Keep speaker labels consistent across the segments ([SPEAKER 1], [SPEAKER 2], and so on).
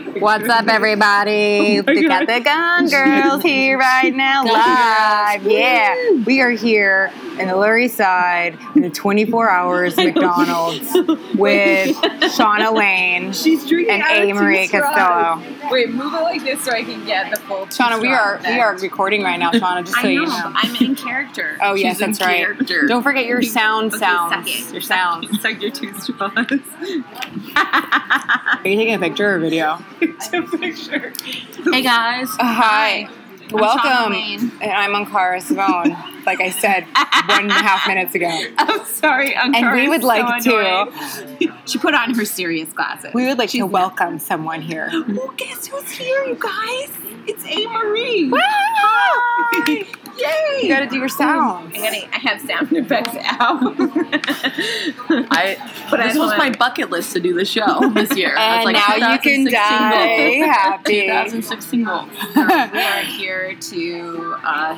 [SPEAKER 1] What's up,
[SPEAKER 2] Oh
[SPEAKER 1] everybody?
[SPEAKER 3] my
[SPEAKER 1] we
[SPEAKER 3] God.
[SPEAKER 1] got the Gone Girls here right now,
[SPEAKER 3] Gone
[SPEAKER 1] live. Yeah, we are here in the Lower East Side in the 24 Hours McDonald's with Shauna Lane
[SPEAKER 3] She's drinking
[SPEAKER 1] and A. Marie Costello.
[SPEAKER 2] Wait, move it like this so I can get the full.
[SPEAKER 1] Shauna, we are we are recording right now, Shauna. Just
[SPEAKER 2] I
[SPEAKER 1] so
[SPEAKER 2] know,
[SPEAKER 1] you
[SPEAKER 2] but
[SPEAKER 1] know.
[SPEAKER 2] I'm in character.
[SPEAKER 1] Oh yes,
[SPEAKER 2] She's in
[SPEAKER 1] that's right.
[SPEAKER 2] Character.
[SPEAKER 1] Don't forget your sound
[SPEAKER 2] Okay,
[SPEAKER 1] sounds.
[SPEAKER 2] second.
[SPEAKER 1] Your sounds.
[SPEAKER 3] Suck your two straws.
[SPEAKER 1] Are you taking a picture or video?
[SPEAKER 3] picture.
[SPEAKER 2] Hey guys.
[SPEAKER 1] Hi.
[SPEAKER 2] I'm Shauna
[SPEAKER 1] Welcome.
[SPEAKER 2] Lane.
[SPEAKER 1] And I'm Ankara Simone, like I said one and a half minutes ago.
[SPEAKER 2] I'm sorry. I'm
[SPEAKER 1] And we would like to
[SPEAKER 2] She put on her serious glasses.
[SPEAKER 1] we would like to welcome someone here.
[SPEAKER 2] Well, guess who's here, you guys? It's A. Marie.
[SPEAKER 1] Hi.
[SPEAKER 2] Yay!
[SPEAKER 1] You gotta do your sounds.
[SPEAKER 2] I, gotta, I have sound effects out.
[SPEAKER 4] I
[SPEAKER 2] But
[SPEAKER 4] but
[SPEAKER 2] I
[SPEAKER 4] this was
[SPEAKER 2] don't-
[SPEAKER 4] my bucket list to do the show this year. I
[SPEAKER 1] And
[SPEAKER 4] was like,
[SPEAKER 1] now you can
[SPEAKER 4] 2016
[SPEAKER 1] die
[SPEAKER 4] goals.
[SPEAKER 1] happy.
[SPEAKER 4] 2016 goals.
[SPEAKER 2] we are here to uh,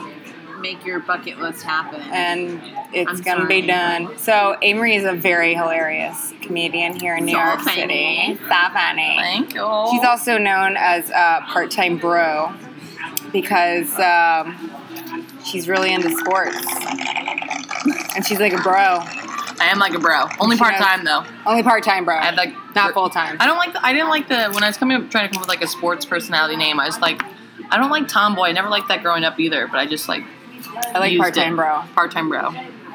[SPEAKER 2] make your bucket list happen.
[SPEAKER 1] and it's
[SPEAKER 2] I'm
[SPEAKER 1] gonna be
[SPEAKER 2] sorry.
[SPEAKER 1] done. So Amory is a very hilarious comedian here in New
[SPEAKER 4] So
[SPEAKER 1] York
[SPEAKER 4] funny.
[SPEAKER 1] City. So funny.
[SPEAKER 4] Thank you.
[SPEAKER 1] She's also known as a part-time bro because um, she's really into sports, and she's like a bro,
[SPEAKER 4] I am like a bro. Only
[SPEAKER 1] She knows-
[SPEAKER 4] part time though.
[SPEAKER 1] only part-time bro,
[SPEAKER 4] I had like
[SPEAKER 1] not full-time.
[SPEAKER 4] I don't like. The, I didn't like the when I was coming up trying to come up with like a sports personality name. I was like, I don't like tomboy. I never liked that growing up either. But I just like
[SPEAKER 1] I like part-time bro.
[SPEAKER 4] Part time bro.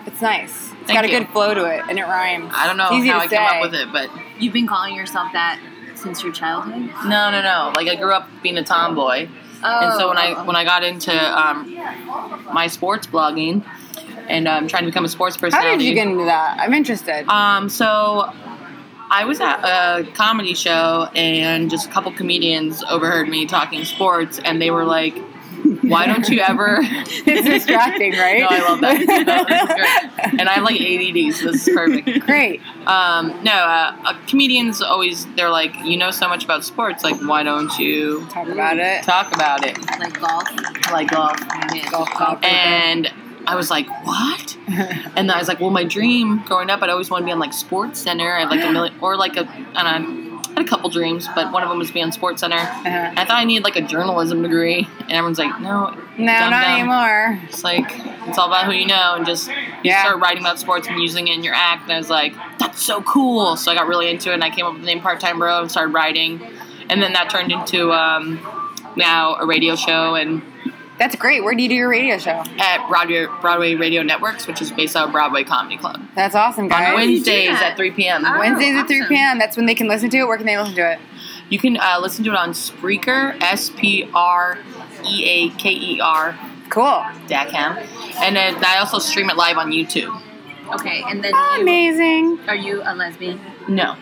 [SPEAKER 1] It's nice. It's
[SPEAKER 4] Thank
[SPEAKER 1] got a
[SPEAKER 4] you.
[SPEAKER 1] good flow to it, and it rhymes.
[SPEAKER 4] I don't know
[SPEAKER 1] It's easy
[SPEAKER 4] how
[SPEAKER 1] to
[SPEAKER 4] I came
[SPEAKER 1] say.
[SPEAKER 4] up with it, but
[SPEAKER 2] You've been calling yourself that since your childhood.
[SPEAKER 4] no, no, no. Like I grew up being a tomboy. And so when
[SPEAKER 1] Oh.
[SPEAKER 2] Oh,
[SPEAKER 4] I when I got into um, my sports blogging and um, trying to become a sports
[SPEAKER 1] How
[SPEAKER 4] personality,
[SPEAKER 1] did you get into that? I'm interested.
[SPEAKER 4] Um, so I was at a comedy show and just a couple comedians overheard me talking sports, and they were like, "Why don't you ever?"
[SPEAKER 1] it's distracting, right?
[SPEAKER 4] No, I love that. This is great. and I have like ADD, so this is perfect.
[SPEAKER 1] Great.
[SPEAKER 4] Um, no, uh, uh, comedians always they're like, "You know so much about sports, like why don't you
[SPEAKER 1] Talk about it.
[SPEAKER 4] talk about it?"
[SPEAKER 2] oh, like golf.
[SPEAKER 4] Like golf.
[SPEAKER 2] Yeah.
[SPEAKER 1] Golf club.
[SPEAKER 4] And I was like, what? and I was like, well, my dream growing up, I'd always want to be on like Sports Center and like a million, or like a, and I had a couple dreams, but one of them was to be on Sports Center.
[SPEAKER 1] Uh-huh.
[SPEAKER 4] I thought I needed like a journalism degree, and everyone's like, no,
[SPEAKER 1] No,
[SPEAKER 4] dumb,
[SPEAKER 1] not
[SPEAKER 4] dumb.
[SPEAKER 1] anymore.
[SPEAKER 4] It's like it's all about who you know, and just you
[SPEAKER 1] Yeah.
[SPEAKER 4] start writing about sports and using it in your act. And I was like, that's so cool. So I got really into it, and I came up with the name Part Time Bro and started writing, and then that turned into um, now a radio show and.
[SPEAKER 1] That's great. Where do you do your radio show?
[SPEAKER 4] at Broadway, Broadway Radio Networks, which is based out of Broadway Comedy Club.
[SPEAKER 1] That's awesome,
[SPEAKER 4] On
[SPEAKER 1] guys.
[SPEAKER 2] Wednesday.
[SPEAKER 4] Wednesdays
[SPEAKER 2] that?
[SPEAKER 4] at 3 p.m.
[SPEAKER 2] Oh.
[SPEAKER 1] Wednesdays at 3
[SPEAKER 2] awesome.
[SPEAKER 1] p.m. That's when they can listen to it. Where can they listen to it?
[SPEAKER 4] You can uh, listen to it on Spreaker, S P R E A K E R,
[SPEAKER 1] Cool.
[SPEAKER 4] Dackham. And then I also stream it live on YouTube.
[SPEAKER 2] Okay, and then you,
[SPEAKER 1] Amazing.
[SPEAKER 2] are you a lesbian?
[SPEAKER 4] No.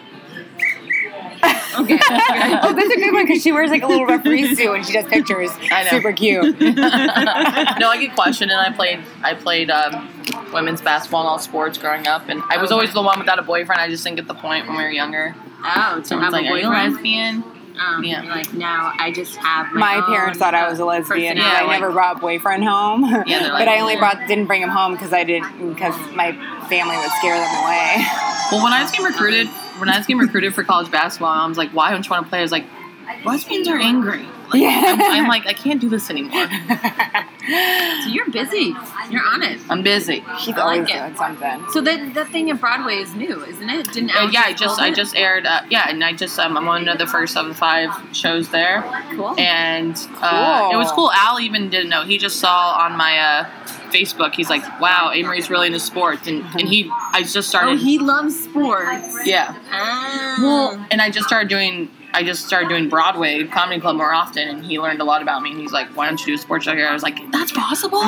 [SPEAKER 2] Okay.
[SPEAKER 1] oh, that's a good one because she wears like a little referee suit when she does pictures.
[SPEAKER 4] I know.
[SPEAKER 1] Super cute.
[SPEAKER 4] no, I get questioned, and I played I played um, women's basketball and all sports growing up, and I was always the one without a boyfriend. I just didn't get the point when we were younger.
[SPEAKER 2] oh, to have
[SPEAKER 4] Someone's like,
[SPEAKER 2] a
[SPEAKER 4] "Are you
[SPEAKER 2] boyfriend.
[SPEAKER 4] lesbian?
[SPEAKER 2] Um,
[SPEAKER 4] Yeah.
[SPEAKER 2] Like now, I just have my. uh,
[SPEAKER 1] My parents thought I was a lesbian.
[SPEAKER 4] Yeah,
[SPEAKER 1] I
[SPEAKER 4] like-
[SPEAKER 1] never brought boyfriend home,
[SPEAKER 4] they're
[SPEAKER 1] but
[SPEAKER 4] like,
[SPEAKER 1] I only
[SPEAKER 4] "Yeah."
[SPEAKER 1] brought didn't bring him home because I didn't because my family would scare them away.
[SPEAKER 4] Well, when I was getting recruited, when I was getting recruited for college basketball, I was like, "Why don't you want to play?" I was like, "Lesbians are angry." Like,
[SPEAKER 1] Yeah.
[SPEAKER 4] I'm, I'm like, I can't do this anymore.
[SPEAKER 2] So you're busy. You're on it.
[SPEAKER 4] I'm busy.
[SPEAKER 1] She's
[SPEAKER 2] I like
[SPEAKER 1] always
[SPEAKER 2] it.
[SPEAKER 1] doing something.
[SPEAKER 2] So that that thing at Broadway is new, isn't it? Didn't
[SPEAKER 4] Uh,
[SPEAKER 2] Alex
[SPEAKER 4] yeah, I just
[SPEAKER 2] build
[SPEAKER 4] I
[SPEAKER 2] it?
[SPEAKER 4] just aired. Uh, yeah, and I just um, I'm on the first of the five shows there,
[SPEAKER 2] cool.
[SPEAKER 4] and uh,
[SPEAKER 1] Cool.
[SPEAKER 4] it was cool. Al even didn't know. He just saw on my uh, Facebook. He's like, "Wow, Amory's really into sports," and and he I just
[SPEAKER 2] oh,
[SPEAKER 4] started.
[SPEAKER 2] he loves sports.
[SPEAKER 4] yeah.
[SPEAKER 2] Ah.
[SPEAKER 4] Well, and I just started doing. I just started doing Broadway comedy club more often, and he learned a lot about me. And he's like, "Why don't you do a sports show here?" I was like, "That's possible."
[SPEAKER 2] oh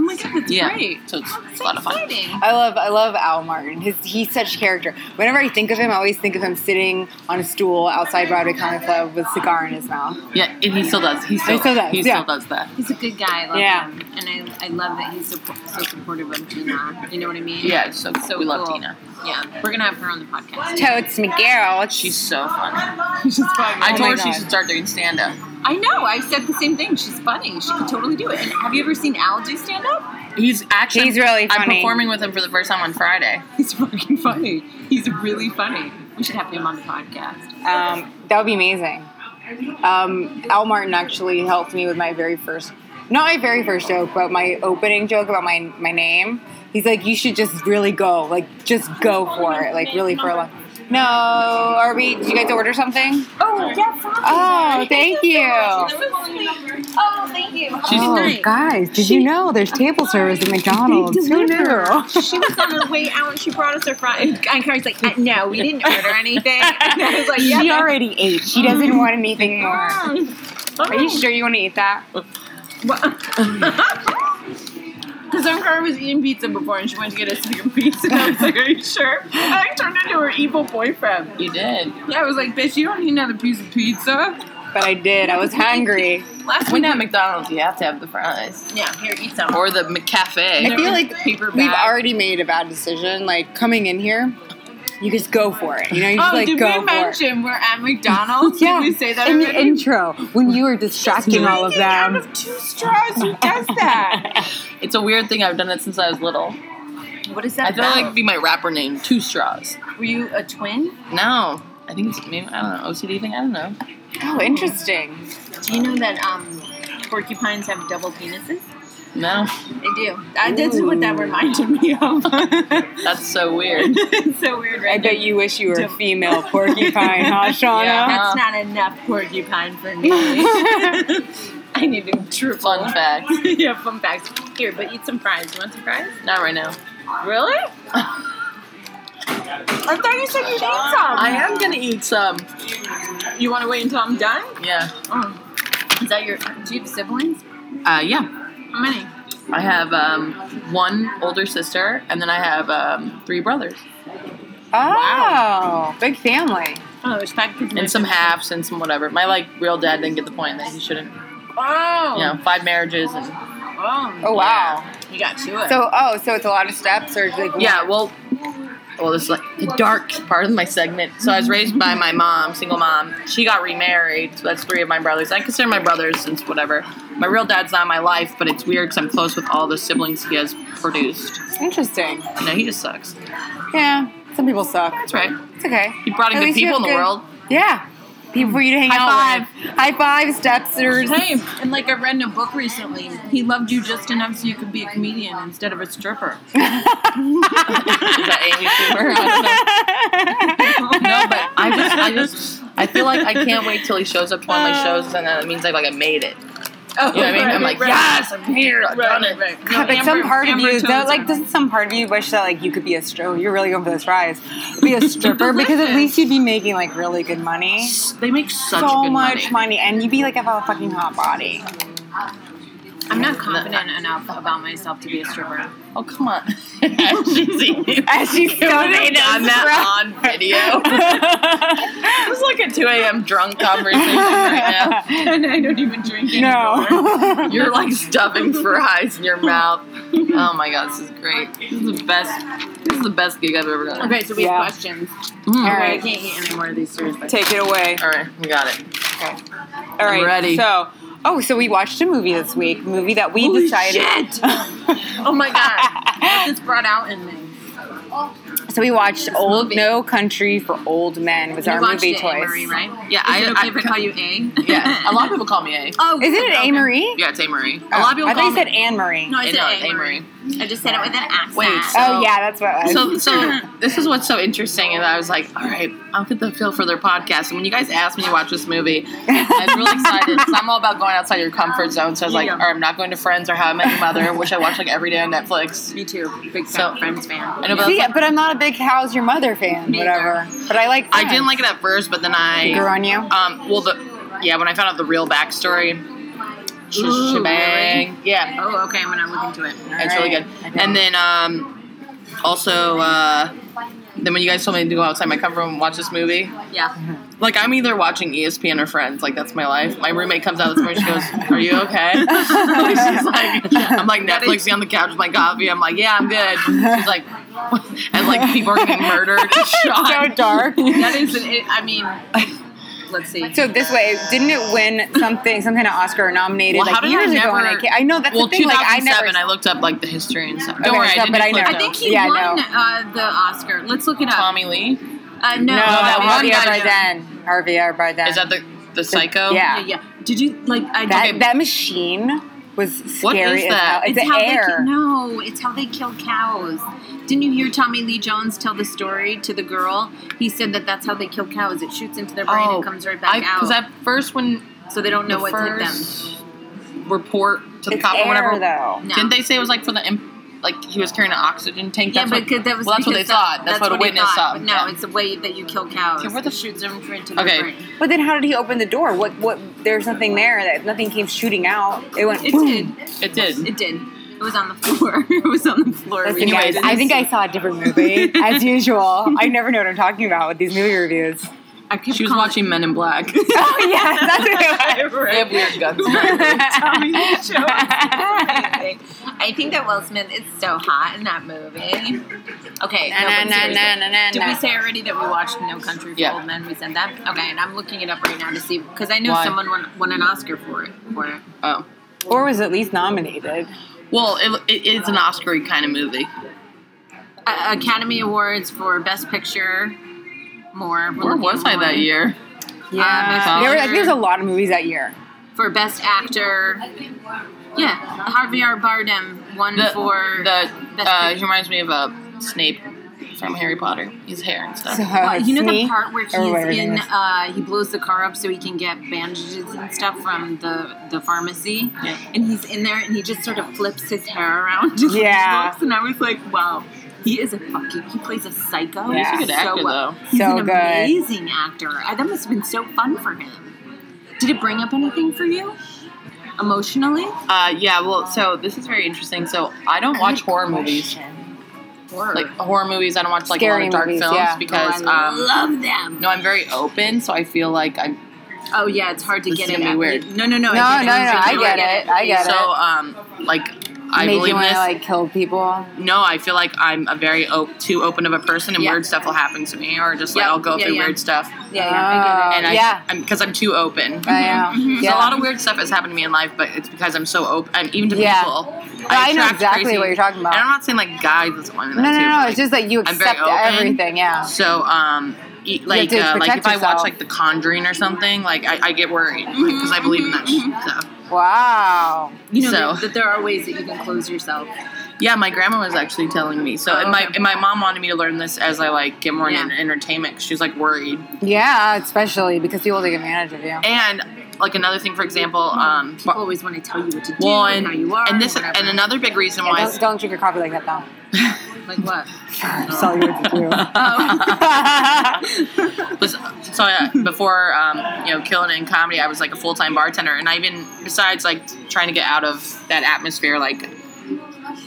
[SPEAKER 2] my god, that's
[SPEAKER 4] yeah,
[SPEAKER 2] great.
[SPEAKER 4] so it's, it's a
[SPEAKER 2] So
[SPEAKER 4] lot of fun.
[SPEAKER 2] exciting.
[SPEAKER 1] I love I love Al Martin. His, he's such character. Whenever I think of him, I always think of him sitting on a stool outside Broadway Comedy Club with a cigar in his mouth.
[SPEAKER 4] Yeah, and he still does. He still,
[SPEAKER 1] He still does,
[SPEAKER 4] He
[SPEAKER 1] yeah.
[SPEAKER 4] still does that.
[SPEAKER 2] He's a good guy. I love
[SPEAKER 1] Yeah.
[SPEAKER 2] him. And I, I love that he's so, so supportive of Tina. You know what I mean?
[SPEAKER 4] Yeah, it's so,
[SPEAKER 2] So
[SPEAKER 4] we love
[SPEAKER 2] cool.
[SPEAKER 4] Tina.
[SPEAKER 2] Yeah. We're going to have her on the podcast.
[SPEAKER 1] Totes McGarrel.
[SPEAKER 4] She's so funny.
[SPEAKER 1] Oh
[SPEAKER 4] I
[SPEAKER 1] my
[SPEAKER 4] told her she
[SPEAKER 1] God.
[SPEAKER 4] should start doing stand up.
[SPEAKER 2] I know. I said the same thing. She's funny. She could totally do it. And have you ever seen Al do stand up?
[SPEAKER 4] He's actually
[SPEAKER 1] He's really
[SPEAKER 4] I'm
[SPEAKER 1] funny.
[SPEAKER 4] performing with him for the first time on Friday.
[SPEAKER 2] He's fucking funny. He's really funny. We should have him on the podcast.
[SPEAKER 1] Um, that would be amazing. Um, Al Martin actually helped me with my very first, not my very first joke, but my opening joke about my my name. He's like, you should just really go, like just go for it, like really for a long. No, are we? Did you guys order something?
[SPEAKER 5] Oh, yes.
[SPEAKER 1] Oh, thank you.
[SPEAKER 5] Oh, thank you.
[SPEAKER 4] She's
[SPEAKER 1] Oh,
[SPEAKER 2] nice.
[SPEAKER 1] guys, did you know there's table service at McDonald's? Who knew?
[SPEAKER 2] She was on her way out and she brought us her fries. And Carrie's like, uh, no, we didn't order anything. And I was like, yeah.
[SPEAKER 1] She
[SPEAKER 2] that's
[SPEAKER 1] already ate. She doesn't want anything more.
[SPEAKER 2] wrong.
[SPEAKER 1] Are you sure you want to eat that?
[SPEAKER 2] Because Kara was eating pizza before and she went to get us vegan pizza. I was like, Are you sure? And I turned into her evil boyfriend.
[SPEAKER 4] You did.
[SPEAKER 2] Yeah, I was like, Bitch, you don't need another piece of pizza.
[SPEAKER 1] But I did. I was hungry.
[SPEAKER 2] Last
[SPEAKER 4] When
[SPEAKER 2] week,
[SPEAKER 4] at McDonald's, you have to have the fries
[SPEAKER 2] yeah, here, eat some.
[SPEAKER 4] or the McCafe.
[SPEAKER 1] I feel like
[SPEAKER 2] paper
[SPEAKER 1] we've
[SPEAKER 2] bag.
[SPEAKER 1] already made a bad decision. Like coming in here, you just go for it. You know, you just
[SPEAKER 2] oh,
[SPEAKER 1] like
[SPEAKER 2] did
[SPEAKER 1] go
[SPEAKER 2] we
[SPEAKER 1] for it.
[SPEAKER 2] mention we're at McDonald's?
[SPEAKER 1] Yeah,
[SPEAKER 2] Did we say that
[SPEAKER 1] in the
[SPEAKER 2] already?
[SPEAKER 1] intro when you were distracting all of
[SPEAKER 2] Drinking Out
[SPEAKER 1] them.
[SPEAKER 2] of two straws. Who does that?
[SPEAKER 4] It's a weird thing. I've done it since I was little.
[SPEAKER 2] what is
[SPEAKER 4] I
[SPEAKER 2] that?
[SPEAKER 4] feel like it'd be my rapper name, Two Straws.
[SPEAKER 2] Were you a twin?
[SPEAKER 4] No, I think it's maybe I don't know OCD thing. I don't know.
[SPEAKER 1] Oh, interesting.
[SPEAKER 2] Do you know that um, porcupines have double penises?
[SPEAKER 4] No,
[SPEAKER 2] They do. I, that's what that reminded me of.
[SPEAKER 4] that's so weird.
[SPEAKER 2] it's so weird, right?
[SPEAKER 1] I bet you wish you were a
[SPEAKER 2] Don't-
[SPEAKER 1] female porcupine, huh, Shauna?
[SPEAKER 4] Yeah.
[SPEAKER 2] That's not enough porcupine for me. I need to true
[SPEAKER 4] Fun fact.
[SPEAKER 2] yeah, fun facts. Here, but eat some fries. You want some fries?
[SPEAKER 4] Not right now.
[SPEAKER 2] Really? I thought you said you'd eat some.
[SPEAKER 4] I am gonna eat some.
[SPEAKER 2] You want to wait until I'm done?
[SPEAKER 4] Yeah.
[SPEAKER 2] Oh. Is that your? Do you have siblings?
[SPEAKER 4] Uh, yeah.
[SPEAKER 2] How many?
[SPEAKER 4] I have um, one older sister, and then I have um, three brothers,
[SPEAKER 1] Oh, big family.
[SPEAKER 2] Oh, there's five kids. in my
[SPEAKER 4] and some
[SPEAKER 2] family.
[SPEAKER 4] halves, and some whatever. My like real dad didn't get the point that he shouldn't.
[SPEAKER 2] Oh.
[SPEAKER 4] You know, five marriages and
[SPEAKER 2] Oh.
[SPEAKER 1] Oh wow.
[SPEAKER 2] You got two. of
[SPEAKER 1] So oh, so it's a lot of steps or like
[SPEAKER 4] Yeah, well, well, this is like the dark part of my segment. So I was raised by my mom, single mom. She got remarried, so that's three of my brothers. I consider my brothers since whatever. My real dad's not in my life, but it's weird because I'm close with all the siblings he has produced.
[SPEAKER 1] interesting.
[SPEAKER 4] You know, he just sucks.
[SPEAKER 1] Yeah, some people suck.
[SPEAKER 4] That's right.
[SPEAKER 1] It's okay.
[SPEAKER 4] He brought in
[SPEAKER 1] At
[SPEAKER 4] good
[SPEAKER 1] least you
[SPEAKER 4] people in
[SPEAKER 1] have
[SPEAKER 4] the
[SPEAKER 1] good-
[SPEAKER 4] world.
[SPEAKER 1] Yeah. People for you to hang
[SPEAKER 4] High
[SPEAKER 1] out with. High five, stepsters.
[SPEAKER 2] Hey, and like I read in a book recently, he loved you just enough so you could be a comedian instead of a stripper.
[SPEAKER 4] Is that Amy Schumer? no, but I just, I just, I feel like I can't wait till he shows up to one of my shows, and that means like, like I made it.
[SPEAKER 2] Oh,
[SPEAKER 4] You know what I mean? I'm like, yes, I'm here, I've done it.
[SPEAKER 1] God, but some part of you, though, like, doesn't some part of you wish that, like, you could be a stripper? You're really going for those fries. Be a stripper because at least you'd be making, like, really good money.
[SPEAKER 4] They make such
[SPEAKER 1] so
[SPEAKER 4] good
[SPEAKER 1] much
[SPEAKER 4] money.
[SPEAKER 1] money. and you'd be, like, have a fucking hot body.
[SPEAKER 2] I'm not confident enough about myself to be a stripper.
[SPEAKER 4] Oh come on! She's eating.
[SPEAKER 1] As she's so
[SPEAKER 4] on that on video. it's like a 2 a.m. drunk conversation right
[SPEAKER 2] and I don't even drink anymore.
[SPEAKER 1] No.
[SPEAKER 4] now. You're like stuffing fries in your mouth. Oh my god, this is great. This is the best. This is the best gig I've ever done.
[SPEAKER 2] Okay, so we
[SPEAKER 1] Yeah.
[SPEAKER 2] have questions.
[SPEAKER 1] All
[SPEAKER 4] Mm.
[SPEAKER 2] I
[SPEAKER 1] right.
[SPEAKER 2] can't eat any more of these seriously.
[SPEAKER 1] Take it away.
[SPEAKER 4] All right, we got it.
[SPEAKER 1] All right.
[SPEAKER 4] ready.
[SPEAKER 1] So, oh, so we watched a movie this week. Movie that we
[SPEAKER 2] Holy
[SPEAKER 1] decided.
[SPEAKER 2] Oh my god, this brought out in me.
[SPEAKER 1] So we watched Old
[SPEAKER 2] movie.
[SPEAKER 1] No Country for Old Men was
[SPEAKER 2] you
[SPEAKER 1] our
[SPEAKER 2] watched
[SPEAKER 1] movie
[SPEAKER 2] it,
[SPEAKER 1] choice.
[SPEAKER 2] Marie, right?
[SPEAKER 4] Yeah,
[SPEAKER 2] Is
[SPEAKER 4] I,
[SPEAKER 2] it okay
[SPEAKER 4] I,
[SPEAKER 2] if I call you A?
[SPEAKER 4] yeah. A lot of people call me A.
[SPEAKER 2] Oh,
[SPEAKER 1] Isn't it
[SPEAKER 2] okay.
[SPEAKER 1] A Marie?
[SPEAKER 4] Yeah, it's A Marie. A
[SPEAKER 1] Oh,
[SPEAKER 4] lot of people
[SPEAKER 1] I
[SPEAKER 4] call
[SPEAKER 1] thought you said
[SPEAKER 4] me.
[SPEAKER 1] Anne Marie.
[SPEAKER 2] No, I said
[SPEAKER 4] No,
[SPEAKER 2] A.
[SPEAKER 4] A. Marie.
[SPEAKER 2] I just said it with an accent.
[SPEAKER 4] Wait, so-
[SPEAKER 1] oh yeah, that's what. I
[SPEAKER 4] So, so this is what's so interesting, and I was like, all right, I'll get the feel for their podcast. And when you guys asked me to watch this movie, I was really excited. So I'm all about going outside your comfort zone. So I was like,
[SPEAKER 2] Yeah.
[SPEAKER 4] all right, I'm not going to Friends or How I Met Your Mother, which I watch like every day on Netflix.
[SPEAKER 1] Oh,
[SPEAKER 2] Me too. Big
[SPEAKER 4] So-
[SPEAKER 2] so, Friends fan.
[SPEAKER 4] I know, but
[SPEAKER 1] See, but I'm not a big "How's Your Mother" fan,
[SPEAKER 2] Me
[SPEAKER 1] whatever. But I like.
[SPEAKER 4] I didn't like it at first, but then I
[SPEAKER 1] Girl on you.
[SPEAKER 4] Um, well, the yeah, when I found out the real backstory, sh-
[SPEAKER 2] Ooh,
[SPEAKER 4] shebang, yeah,
[SPEAKER 2] Oh, okay. I'm gonna look into it.
[SPEAKER 4] it's really good. And then um, also uh, then when you guys told me to go outside my comfort room and watch this movie,
[SPEAKER 2] Yeah.
[SPEAKER 4] like I'm either watching E ESPN or Friends, like that's my life. My roommate comes out this morning, she goes, "Are you okay?" Like, she's like, I'm like Netflixing on the couch with my coffee. I'm like, "Yeah, I'm good." She's like, and like people are getting murdered and
[SPEAKER 1] so
[SPEAKER 4] shot.
[SPEAKER 1] dark.
[SPEAKER 2] That is. An, it, I mean, let's see.
[SPEAKER 1] So this way, didn't it win something, some kind of Oscar or nominated
[SPEAKER 4] Well, how
[SPEAKER 1] like
[SPEAKER 4] did I
[SPEAKER 1] years ago?
[SPEAKER 4] never-
[SPEAKER 1] And I, can't, I know that's
[SPEAKER 4] Well,
[SPEAKER 1] the thing. Like I
[SPEAKER 4] 2007.
[SPEAKER 1] never.
[SPEAKER 4] I, looked up like the history and stuff. Don't
[SPEAKER 1] Okay,
[SPEAKER 4] worry,
[SPEAKER 1] so-
[SPEAKER 4] I didn't.
[SPEAKER 1] but I
[SPEAKER 4] include
[SPEAKER 1] know.
[SPEAKER 2] I
[SPEAKER 4] those.
[SPEAKER 2] think he
[SPEAKER 1] Yeah, I
[SPEAKER 2] won
[SPEAKER 1] know.
[SPEAKER 2] uh, the Oscar. Let's look it up.
[SPEAKER 4] Tommy Lee
[SPEAKER 2] Uh, no,
[SPEAKER 1] no,
[SPEAKER 4] that
[SPEAKER 1] Javier
[SPEAKER 4] one guy
[SPEAKER 1] Bardem. Javier Bardem.
[SPEAKER 4] is that the the psycho.
[SPEAKER 1] yeah.
[SPEAKER 6] yeah, yeah. Did you like? I
[SPEAKER 1] That
[SPEAKER 4] Okay.
[SPEAKER 1] that machine was scary
[SPEAKER 4] What is
[SPEAKER 1] as
[SPEAKER 4] that?
[SPEAKER 1] hell. It's,
[SPEAKER 2] how They,
[SPEAKER 1] air.
[SPEAKER 2] ki- no, it's how they kill cows. Didn't you hear Tommy Lee Jones tell the story to the girl? He said that that's how they kill cows. It shoots into their brain
[SPEAKER 4] Oh,
[SPEAKER 2] and comes right back out.
[SPEAKER 4] Because at first, when
[SPEAKER 2] so they don't know
[SPEAKER 4] the
[SPEAKER 2] what's hit them.
[SPEAKER 4] first report to the
[SPEAKER 1] it's
[SPEAKER 4] cop
[SPEAKER 1] air
[SPEAKER 4] or whatever,
[SPEAKER 1] though.
[SPEAKER 2] No.
[SPEAKER 4] didn't they say it was like for the imp- like he was carrying an oxygen tank?
[SPEAKER 2] yeah,
[SPEAKER 4] that's
[SPEAKER 2] but
[SPEAKER 4] what,
[SPEAKER 2] 'cause that was
[SPEAKER 4] well, that's what they
[SPEAKER 2] because
[SPEAKER 4] thought. That's, what a
[SPEAKER 2] they
[SPEAKER 4] witness
[SPEAKER 2] thought.
[SPEAKER 4] saw.
[SPEAKER 2] But no,
[SPEAKER 4] Yeah.
[SPEAKER 2] it's the way that you kill cows.
[SPEAKER 4] Okay, where the-
[SPEAKER 2] It shoots them right into their
[SPEAKER 4] Okay.
[SPEAKER 2] brain.
[SPEAKER 1] But then how did he open the door? What what there's nothing there that nothing came shooting out. It went
[SPEAKER 2] It
[SPEAKER 1] boom.
[SPEAKER 2] did.
[SPEAKER 4] it did.
[SPEAKER 2] It did. It was on the floor. it was on the floor.
[SPEAKER 1] Listen,
[SPEAKER 2] We knew
[SPEAKER 1] guys,
[SPEAKER 2] it.
[SPEAKER 1] I think I saw a different movie as usual. I never know what I'm talking about with these movie reviews.
[SPEAKER 2] I kept
[SPEAKER 4] she was
[SPEAKER 2] calling-
[SPEAKER 4] watching Men in Black.
[SPEAKER 1] Oh yeah, that's what it was.
[SPEAKER 4] they have weird guns.
[SPEAKER 6] Tommy Lee Jones.
[SPEAKER 2] I think that Will Smith is so hot in that movie. Okay. no, but seriously. Did we say already that we watched No Country for
[SPEAKER 4] Yeah.
[SPEAKER 2] Old Men? We said that. Okay, and I'm looking it up right now to see because I know
[SPEAKER 4] Why?
[SPEAKER 2] someone won, won an Oscar for it. For it.
[SPEAKER 4] Oh.
[SPEAKER 1] Or was at least nominated.
[SPEAKER 4] Well, it, it, it's an Oscar kind of movie.
[SPEAKER 2] Uh, Academy Awards for Best Picture. More. We're
[SPEAKER 4] Where
[SPEAKER 2] looking
[SPEAKER 4] was
[SPEAKER 2] at
[SPEAKER 4] I
[SPEAKER 2] more.
[SPEAKER 4] that year?
[SPEAKER 2] Yeah.
[SPEAKER 1] Um, there were like there's a lot of movies that year.
[SPEAKER 2] For Best Actor. Yeah, Javier Bardem won
[SPEAKER 4] The,
[SPEAKER 2] for
[SPEAKER 4] the
[SPEAKER 2] Best
[SPEAKER 4] uh,
[SPEAKER 2] Picture.
[SPEAKER 4] he reminds me of uh, Snape from Harry Potter. His hair and stuff.
[SPEAKER 1] So,
[SPEAKER 2] Well, you know the
[SPEAKER 1] Sneak
[SPEAKER 2] part where
[SPEAKER 1] Uh, or whatever his
[SPEAKER 2] he's
[SPEAKER 1] name
[SPEAKER 2] in,
[SPEAKER 1] is.
[SPEAKER 2] uh, he blows the car up so he can get bandages and stuff from the, the pharmacy?
[SPEAKER 4] Yeah.
[SPEAKER 2] And he's in there and he just sort of flips his hair around. as he
[SPEAKER 1] Yeah.
[SPEAKER 2] walks, and I was like, wow, he is a fucking, he plays a psycho.
[SPEAKER 1] Yeah.
[SPEAKER 4] He's a good actor,
[SPEAKER 2] so well.
[SPEAKER 4] though.
[SPEAKER 2] He's
[SPEAKER 1] So
[SPEAKER 2] an
[SPEAKER 1] good.
[SPEAKER 2] amazing actor. I, that must have been so fun for him. Did it bring up anything for you? Emotionally?
[SPEAKER 4] Uh, yeah, well, so this is very interesting. So I don't watch horror movies.
[SPEAKER 2] Or,
[SPEAKER 4] Like horror movies, I don't watch like a lot
[SPEAKER 1] Scary
[SPEAKER 4] of dark
[SPEAKER 1] movies,
[SPEAKER 4] films
[SPEAKER 1] yeah.
[SPEAKER 2] oh, I
[SPEAKER 4] because um,
[SPEAKER 2] love them.
[SPEAKER 4] no, I'm very open, so I feel like I'm
[SPEAKER 2] Oh, yeah, it's hard to
[SPEAKER 4] This
[SPEAKER 2] get
[SPEAKER 4] is
[SPEAKER 2] it.
[SPEAKER 4] gonna be
[SPEAKER 2] at-
[SPEAKER 4] weird.
[SPEAKER 2] No, no, no.
[SPEAKER 1] No, no, no,
[SPEAKER 2] I,
[SPEAKER 1] I get it. I get
[SPEAKER 4] so
[SPEAKER 1] it.
[SPEAKER 4] um like I
[SPEAKER 1] Made you
[SPEAKER 4] believe
[SPEAKER 1] want
[SPEAKER 4] this. Mm-hmm,
[SPEAKER 1] to like kill people.
[SPEAKER 4] no, I feel like I'm a very op- too open of a person, and
[SPEAKER 2] Yeah.
[SPEAKER 4] weird stuff will happen to me, or just like
[SPEAKER 2] Yeah,
[SPEAKER 4] I'll go
[SPEAKER 2] yeah,
[SPEAKER 4] through
[SPEAKER 2] yeah.
[SPEAKER 4] weird stuff,
[SPEAKER 2] Yeah, yeah, I get it.
[SPEAKER 1] Oh,
[SPEAKER 4] and I
[SPEAKER 1] yeah.
[SPEAKER 4] I'm because I'm too open.
[SPEAKER 1] I know.
[SPEAKER 4] So
[SPEAKER 1] Yeah.
[SPEAKER 4] a lot of weird stuff has happened to me in life, but it's because I'm so open, and even to
[SPEAKER 1] Yeah.
[SPEAKER 4] people.
[SPEAKER 1] I know
[SPEAKER 4] attract
[SPEAKER 1] exactly
[SPEAKER 4] crazy-
[SPEAKER 1] what you're talking about.
[SPEAKER 4] And I'm not saying like guys that's one of
[SPEAKER 1] no,
[SPEAKER 4] that
[SPEAKER 1] no,
[SPEAKER 4] too,
[SPEAKER 1] no. it's
[SPEAKER 4] but, like,
[SPEAKER 1] just that you
[SPEAKER 4] I'm very
[SPEAKER 1] accept
[SPEAKER 4] open.
[SPEAKER 1] everything. Yeah.
[SPEAKER 4] So, um, e- like,
[SPEAKER 1] to
[SPEAKER 4] uh, like
[SPEAKER 1] protect
[SPEAKER 4] if I watch
[SPEAKER 1] yourself. Mm-hmm,
[SPEAKER 4] like The Conjuring or something, like I, I get worried because I believe in that. shit, So,
[SPEAKER 1] Wow.
[SPEAKER 2] You know
[SPEAKER 4] So-
[SPEAKER 2] that, that there are ways that you can close yourself.
[SPEAKER 4] yeah, my grandma was actually telling me. So, and my and my mom wanted me to learn this as I like get more into
[SPEAKER 2] Oh, Yeah.
[SPEAKER 4] entertainment. 'cause She was like worried,
[SPEAKER 1] Yeah, especially because people take advantage of you.
[SPEAKER 4] and like another thing, for example, um,
[SPEAKER 2] People always want to tell Mm-hmm. you what to do
[SPEAKER 4] one
[SPEAKER 2] and how you are.
[SPEAKER 4] and this
[SPEAKER 2] whatever.
[SPEAKER 4] and another big reason
[SPEAKER 1] Yeah,
[SPEAKER 4] why.
[SPEAKER 1] don't, don't drink your coffee like that, though.
[SPEAKER 2] like what?
[SPEAKER 1] Tell you what to do.
[SPEAKER 2] Oh.
[SPEAKER 4] was so yeah, before um, you know killing it in comedy i was like a full-time bartender and i even besides like trying to get out of that atmosphere like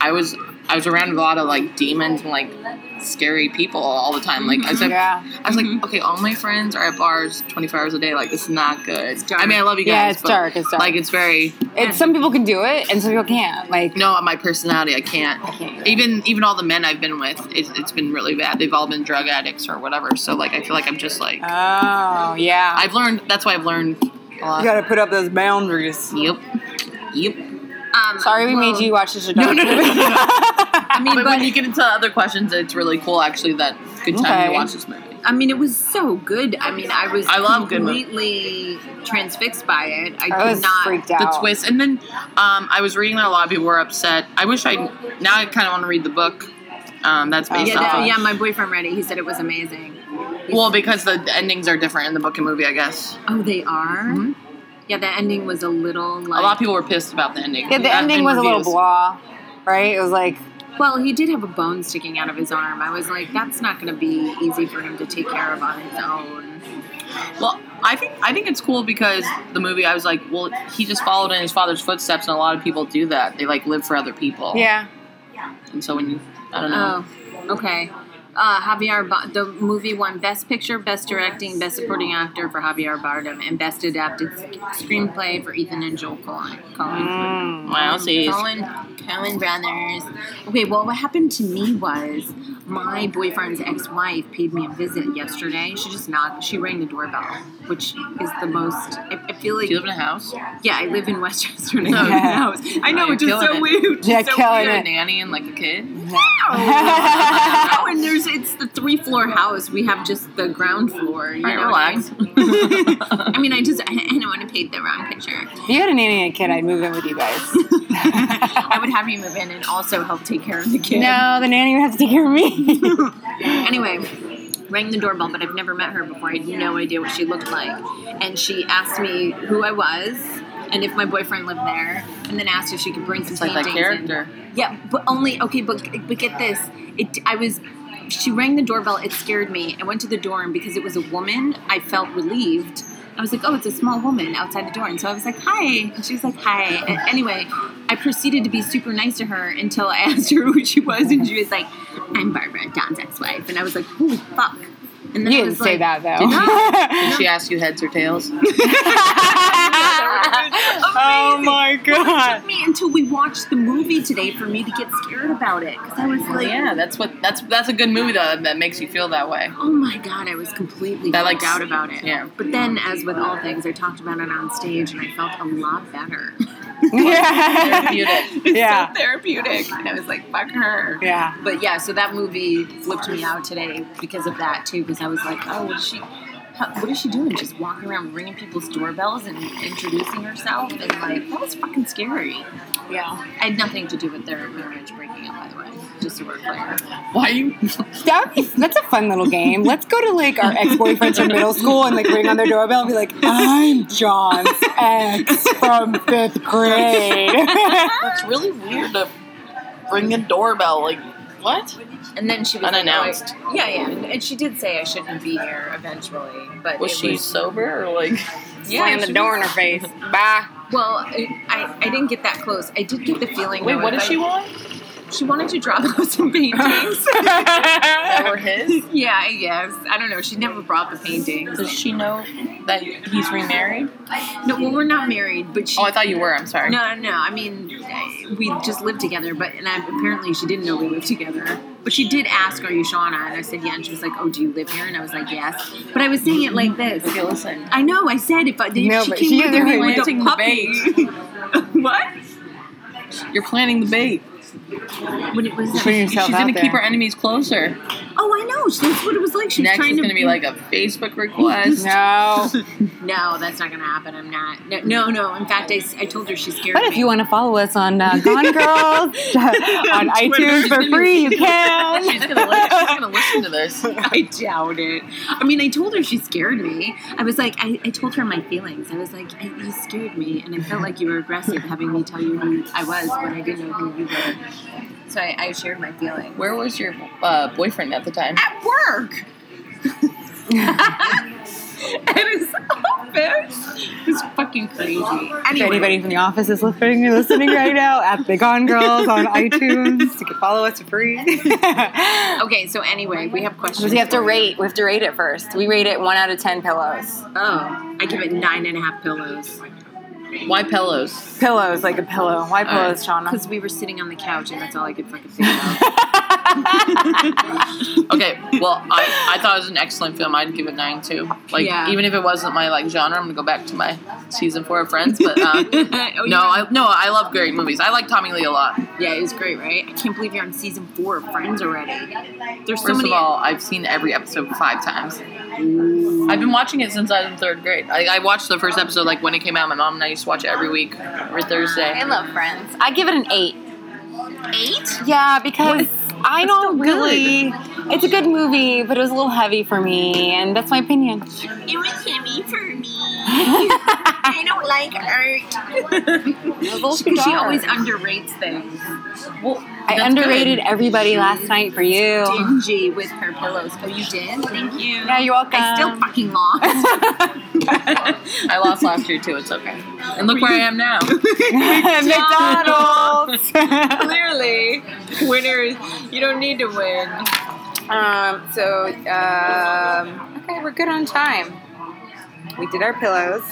[SPEAKER 4] i was i was around a lot of like demons and like scary people all the time like i was like
[SPEAKER 1] yeah.
[SPEAKER 4] i was
[SPEAKER 1] Mm-hmm.
[SPEAKER 4] like okay all my friends are at bars 24 hours a day like this is not good
[SPEAKER 2] dark.
[SPEAKER 4] i mean i love you guys
[SPEAKER 1] Yeah, it's
[SPEAKER 4] but,
[SPEAKER 1] dark, it's dark.
[SPEAKER 4] like it's very
[SPEAKER 1] It's some people can do it and some people can't. Like
[SPEAKER 4] no my personality i can't
[SPEAKER 1] can't do that.
[SPEAKER 4] even even all the men i've been with it's, it's been really bad they've all been drug addicts or whatever so like i feel like i'm just like
[SPEAKER 1] Oh yeah.
[SPEAKER 4] I've learned. That's why I've learned a lot.
[SPEAKER 1] gotta put up those boundaries.
[SPEAKER 4] Yep. Yep.
[SPEAKER 2] Um,
[SPEAKER 1] Sorry we
[SPEAKER 2] well,
[SPEAKER 1] made you watch this adult
[SPEAKER 4] no, no,
[SPEAKER 1] movie.
[SPEAKER 4] I mean, but, when you get into other questions, it's really cool. Actually, that good time
[SPEAKER 1] Okay.
[SPEAKER 4] to watch this movie.
[SPEAKER 2] I mean, it was so good. I mean, I was
[SPEAKER 4] I love good movies.
[SPEAKER 2] completely transfixed by it. I,
[SPEAKER 1] I
[SPEAKER 2] could
[SPEAKER 1] was
[SPEAKER 2] not.
[SPEAKER 1] freaked out.
[SPEAKER 4] The twist, and then um, I was reading that a lot of people were upset. I wish I now. I kind of want to read the book. Um, that's based
[SPEAKER 1] Oh,
[SPEAKER 2] Yeah,
[SPEAKER 4] off.
[SPEAKER 2] that-
[SPEAKER 4] of-
[SPEAKER 2] yeah, my boyfriend read it. He said it was amazing.
[SPEAKER 4] Well, because the endings are different in the book and movie, I guess.
[SPEAKER 2] Oh, they are. Yeah, the ending was a little like.
[SPEAKER 4] A lot of people were pissed about the ending.
[SPEAKER 1] yeah, the
[SPEAKER 4] I've
[SPEAKER 1] ending
[SPEAKER 4] been
[SPEAKER 1] was a little
[SPEAKER 4] reviews.
[SPEAKER 1] blah, right? It was like
[SPEAKER 2] well, he did have a bone sticking out of his arm. I was like, that's not going to be easy for him to take care of on his own.
[SPEAKER 4] Well, I think I think it's cool because the movie. I was like, well, he just followed in his father's footsteps, and a lot of people do that. They like live for other people.
[SPEAKER 1] yeah.
[SPEAKER 4] And so when you, I don't know.
[SPEAKER 2] Oh, okay. Uh, Javier, ba- the movie won Best Picture, Best Directing, Best Supporting Actor for Javier Bardem, and Best Adapted Screenplay for Ethan and Joel Cohen. Cohen,
[SPEAKER 1] Oh.
[SPEAKER 4] Wow, see,
[SPEAKER 2] Cohen, Cohen Brothers. Okay, well, what happened to me was my boyfriend's ex-wife paid me a visit yesterday. She just knocked. She rang the doorbell, which is the most. I, I feel like
[SPEAKER 4] do you live in a house?
[SPEAKER 2] yeah, I live in Westchester. and I
[SPEAKER 4] No,
[SPEAKER 2] have a house. I
[SPEAKER 4] no,
[SPEAKER 2] know,
[SPEAKER 4] you're
[SPEAKER 2] which is
[SPEAKER 4] killing
[SPEAKER 2] so
[SPEAKER 4] it.
[SPEAKER 2] weird.
[SPEAKER 1] Yeah,
[SPEAKER 2] so
[SPEAKER 1] killing
[SPEAKER 4] You're
[SPEAKER 1] it.
[SPEAKER 4] a nanny and like a kid.
[SPEAKER 2] Oh, and there's it's the three floor house. We have just the ground floor. You
[SPEAKER 4] All
[SPEAKER 2] know,
[SPEAKER 4] right, relax.
[SPEAKER 2] I, I mean, I just I, I don't want to paint the wrong picture.
[SPEAKER 1] If you had a nanny and a kid, I'd move in with you guys.
[SPEAKER 2] I would have you move in and also help take care of the kid.
[SPEAKER 1] no, the nanny would have to take care of me.
[SPEAKER 2] Anyway, rang the doorbell, but I've never met her before. I had no idea what she looked like. And she asked me who I was and if my boyfriend lived there, and then asked if she could bring some
[SPEAKER 4] It's like that
[SPEAKER 2] paintings in.
[SPEAKER 4] character.
[SPEAKER 2] Yeah, but only okay. But but get this, it I was. She rang the doorbell. It scared me. I went to the door, and because it was a woman, I felt relieved. I was like, "Oh, it's a small woman outside the door," and so I was like, "Hi," and she was like, "Hi." And anyway, I proceeded to be super nice to her until I asked her who she was, and she was like, "I'm Barbara, Don's ex-wife," and I was like, "Holy fuck!" And
[SPEAKER 1] You
[SPEAKER 2] then I
[SPEAKER 1] didn't
[SPEAKER 2] was
[SPEAKER 1] say
[SPEAKER 2] like,
[SPEAKER 1] that though.
[SPEAKER 2] Did I?
[SPEAKER 4] Did she ask you heads or tails?
[SPEAKER 1] oh my god.
[SPEAKER 2] Took me until we watched the movie today for me to get scared about it because I was like,
[SPEAKER 4] yeah, that's what that's that's a good movie though that makes you feel that way.
[SPEAKER 2] Oh my god, I was completely
[SPEAKER 4] That,
[SPEAKER 2] that,
[SPEAKER 4] like,
[SPEAKER 2] out about it.
[SPEAKER 4] yeah.
[SPEAKER 2] But then, as with all things, I talked about it on stage, and I felt a lot better.
[SPEAKER 1] yeah.
[SPEAKER 4] Therapeutic.
[SPEAKER 1] Yeah.
[SPEAKER 6] so therapeutic.
[SPEAKER 2] And I was like, "Fuck her."
[SPEAKER 1] Yeah.
[SPEAKER 2] But yeah, so that movie flipped me out today because of that too. Because I was like, "Oh, what is she? How, what is she doing? Just walking around ringing people's doorbells and introducing herself?" And like, that was fucking scary. Yeah. I had nothing to do with their marriage breaking up, by the way. Just so we're clear.
[SPEAKER 4] Why you?
[SPEAKER 1] That would be, that's a fun little game. Let's go to like our ex boyfriends from middle school and like ring on their doorbell and be like, I'm John's ex from fifth grade.
[SPEAKER 4] It's really weird to ring a doorbell. Like what?
[SPEAKER 2] And then she was
[SPEAKER 4] Unannounced.
[SPEAKER 2] Like, oh, I- yeah, yeah, and, and she did say I shouldn't be here eventually, but
[SPEAKER 4] Was
[SPEAKER 2] it
[SPEAKER 4] she
[SPEAKER 2] was,
[SPEAKER 4] sober or like?
[SPEAKER 2] yeah,
[SPEAKER 1] Slam the
[SPEAKER 2] she
[SPEAKER 1] door
[SPEAKER 2] was-
[SPEAKER 1] in her face. Bye.
[SPEAKER 2] Well, I, I I didn't get that close. I did get the feeling.
[SPEAKER 4] Wait,
[SPEAKER 2] though,
[SPEAKER 4] what
[SPEAKER 2] if
[SPEAKER 4] did
[SPEAKER 2] I-
[SPEAKER 4] she want?
[SPEAKER 2] She wanted to draw out some paintings.
[SPEAKER 4] That were his.
[SPEAKER 2] yeah, I guess. I don't know. She never brought the paintings.
[SPEAKER 4] Does she know that he's remarried?
[SPEAKER 2] No, well, we're not married, but she.
[SPEAKER 4] Oh, I thought you were. I'm sorry.
[SPEAKER 2] no, no, no. I mean, I- we just lived together, but and I, apparently she didn't know we lived together. But she did ask, "Are you Shauna?" And I said, "Yeah." And she was like, "Oh, do you live here?" And I was like, "Yes." But I was saying it like this.
[SPEAKER 4] Okay, listen.
[SPEAKER 2] I know. I said if, I, if
[SPEAKER 1] No,
[SPEAKER 2] she
[SPEAKER 1] but
[SPEAKER 2] came
[SPEAKER 1] she
[SPEAKER 2] with me
[SPEAKER 1] didn't
[SPEAKER 2] with
[SPEAKER 4] planting
[SPEAKER 2] a
[SPEAKER 4] the
[SPEAKER 2] puppy. what?
[SPEAKER 4] You're planting the bait.
[SPEAKER 2] When it was.
[SPEAKER 1] Putting yourself
[SPEAKER 4] She's
[SPEAKER 1] out
[SPEAKER 4] gonna
[SPEAKER 1] there.
[SPEAKER 4] keep her enemies closer.
[SPEAKER 2] oh, I know. That's what it was like. She was
[SPEAKER 4] Next
[SPEAKER 2] trying
[SPEAKER 4] is
[SPEAKER 2] to
[SPEAKER 4] gonna be like a Facebook request.
[SPEAKER 1] No.
[SPEAKER 2] No, that's not gonna happen. I'm not. No, no. no. In fact, I, s- I told her she scared
[SPEAKER 1] But if
[SPEAKER 2] me.
[SPEAKER 1] you want to follow us on uh, Gone Girls on iTunes for free, you can.
[SPEAKER 4] She's gonna, li- she's gonna listen to this.
[SPEAKER 2] I doubt it. I mean, I told her she scared me. I was like, I, I told her my feelings. I was like, I, you scared me, and I felt like you were aggressive having me tell you who I was when I didn't know who you were. So I, I shared my feelings.
[SPEAKER 4] Where was your uh, boyfriend at the time?
[SPEAKER 2] at work. At his office. It's fucking crazy.
[SPEAKER 1] If
[SPEAKER 2] Anyway,
[SPEAKER 1] anybody from the office is listening, listening right now at the Gone Girls on iTunes, you can follow us for free.
[SPEAKER 2] Okay, so anyway, we have questions.
[SPEAKER 1] we have to rate. We have to rate it first. We rate it one out of ten pillows.
[SPEAKER 2] Oh, I give it nine and a half pillows.
[SPEAKER 4] Why pillows?
[SPEAKER 1] Pillows, like a pillow. Why pillows, Shauna?
[SPEAKER 2] Because we were sitting on the couch and that's all I could fucking think about.
[SPEAKER 4] Okay, well, I, I thought it was an excellent film. I'd give it nine too. Like
[SPEAKER 2] Yeah.
[SPEAKER 4] even if it wasn't my like genre, I'm gonna go back to my season four of Friends. But um,
[SPEAKER 2] Oh, yeah.
[SPEAKER 4] no, I no, I love great movies. I like Tommy Lee a lot.
[SPEAKER 2] yeah, it was great, right? I can't believe you're on season four of Friends already. There's so
[SPEAKER 4] First
[SPEAKER 2] many.
[SPEAKER 4] of all, I've seen every episode five times. I've been watching it since I was in third grade. I, I watched the first episode like when it came out. My mom and I used to watch it every week or Thursday.
[SPEAKER 1] I love Friends. I give it an eight.
[SPEAKER 2] eight.
[SPEAKER 1] Yeah, because I don't
[SPEAKER 2] still good.
[SPEAKER 1] really. It's a good movie, but it was a little heavy for me, and that's my opinion.
[SPEAKER 2] It was heavy for me.
[SPEAKER 1] it
[SPEAKER 2] I don't like art.
[SPEAKER 1] was a little too
[SPEAKER 2] Because she
[SPEAKER 1] dark.
[SPEAKER 2] always underrates things.
[SPEAKER 4] Well,
[SPEAKER 1] I underrated everybody last night for you.
[SPEAKER 2] Dingy with her pillows. Oh, you did? Thank you.
[SPEAKER 1] Yeah, you're welcome.
[SPEAKER 2] I still fucking lost.
[SPEAKER 4] I lost last year too. It's okay. And look where I am now.
[SPEAKER 1] McDonald's.
[SPEAKER 2] Clearly, winners. You don't need to win.
[SPEAKER 1] um, so, um, okay, we're good on time. We did our pillows.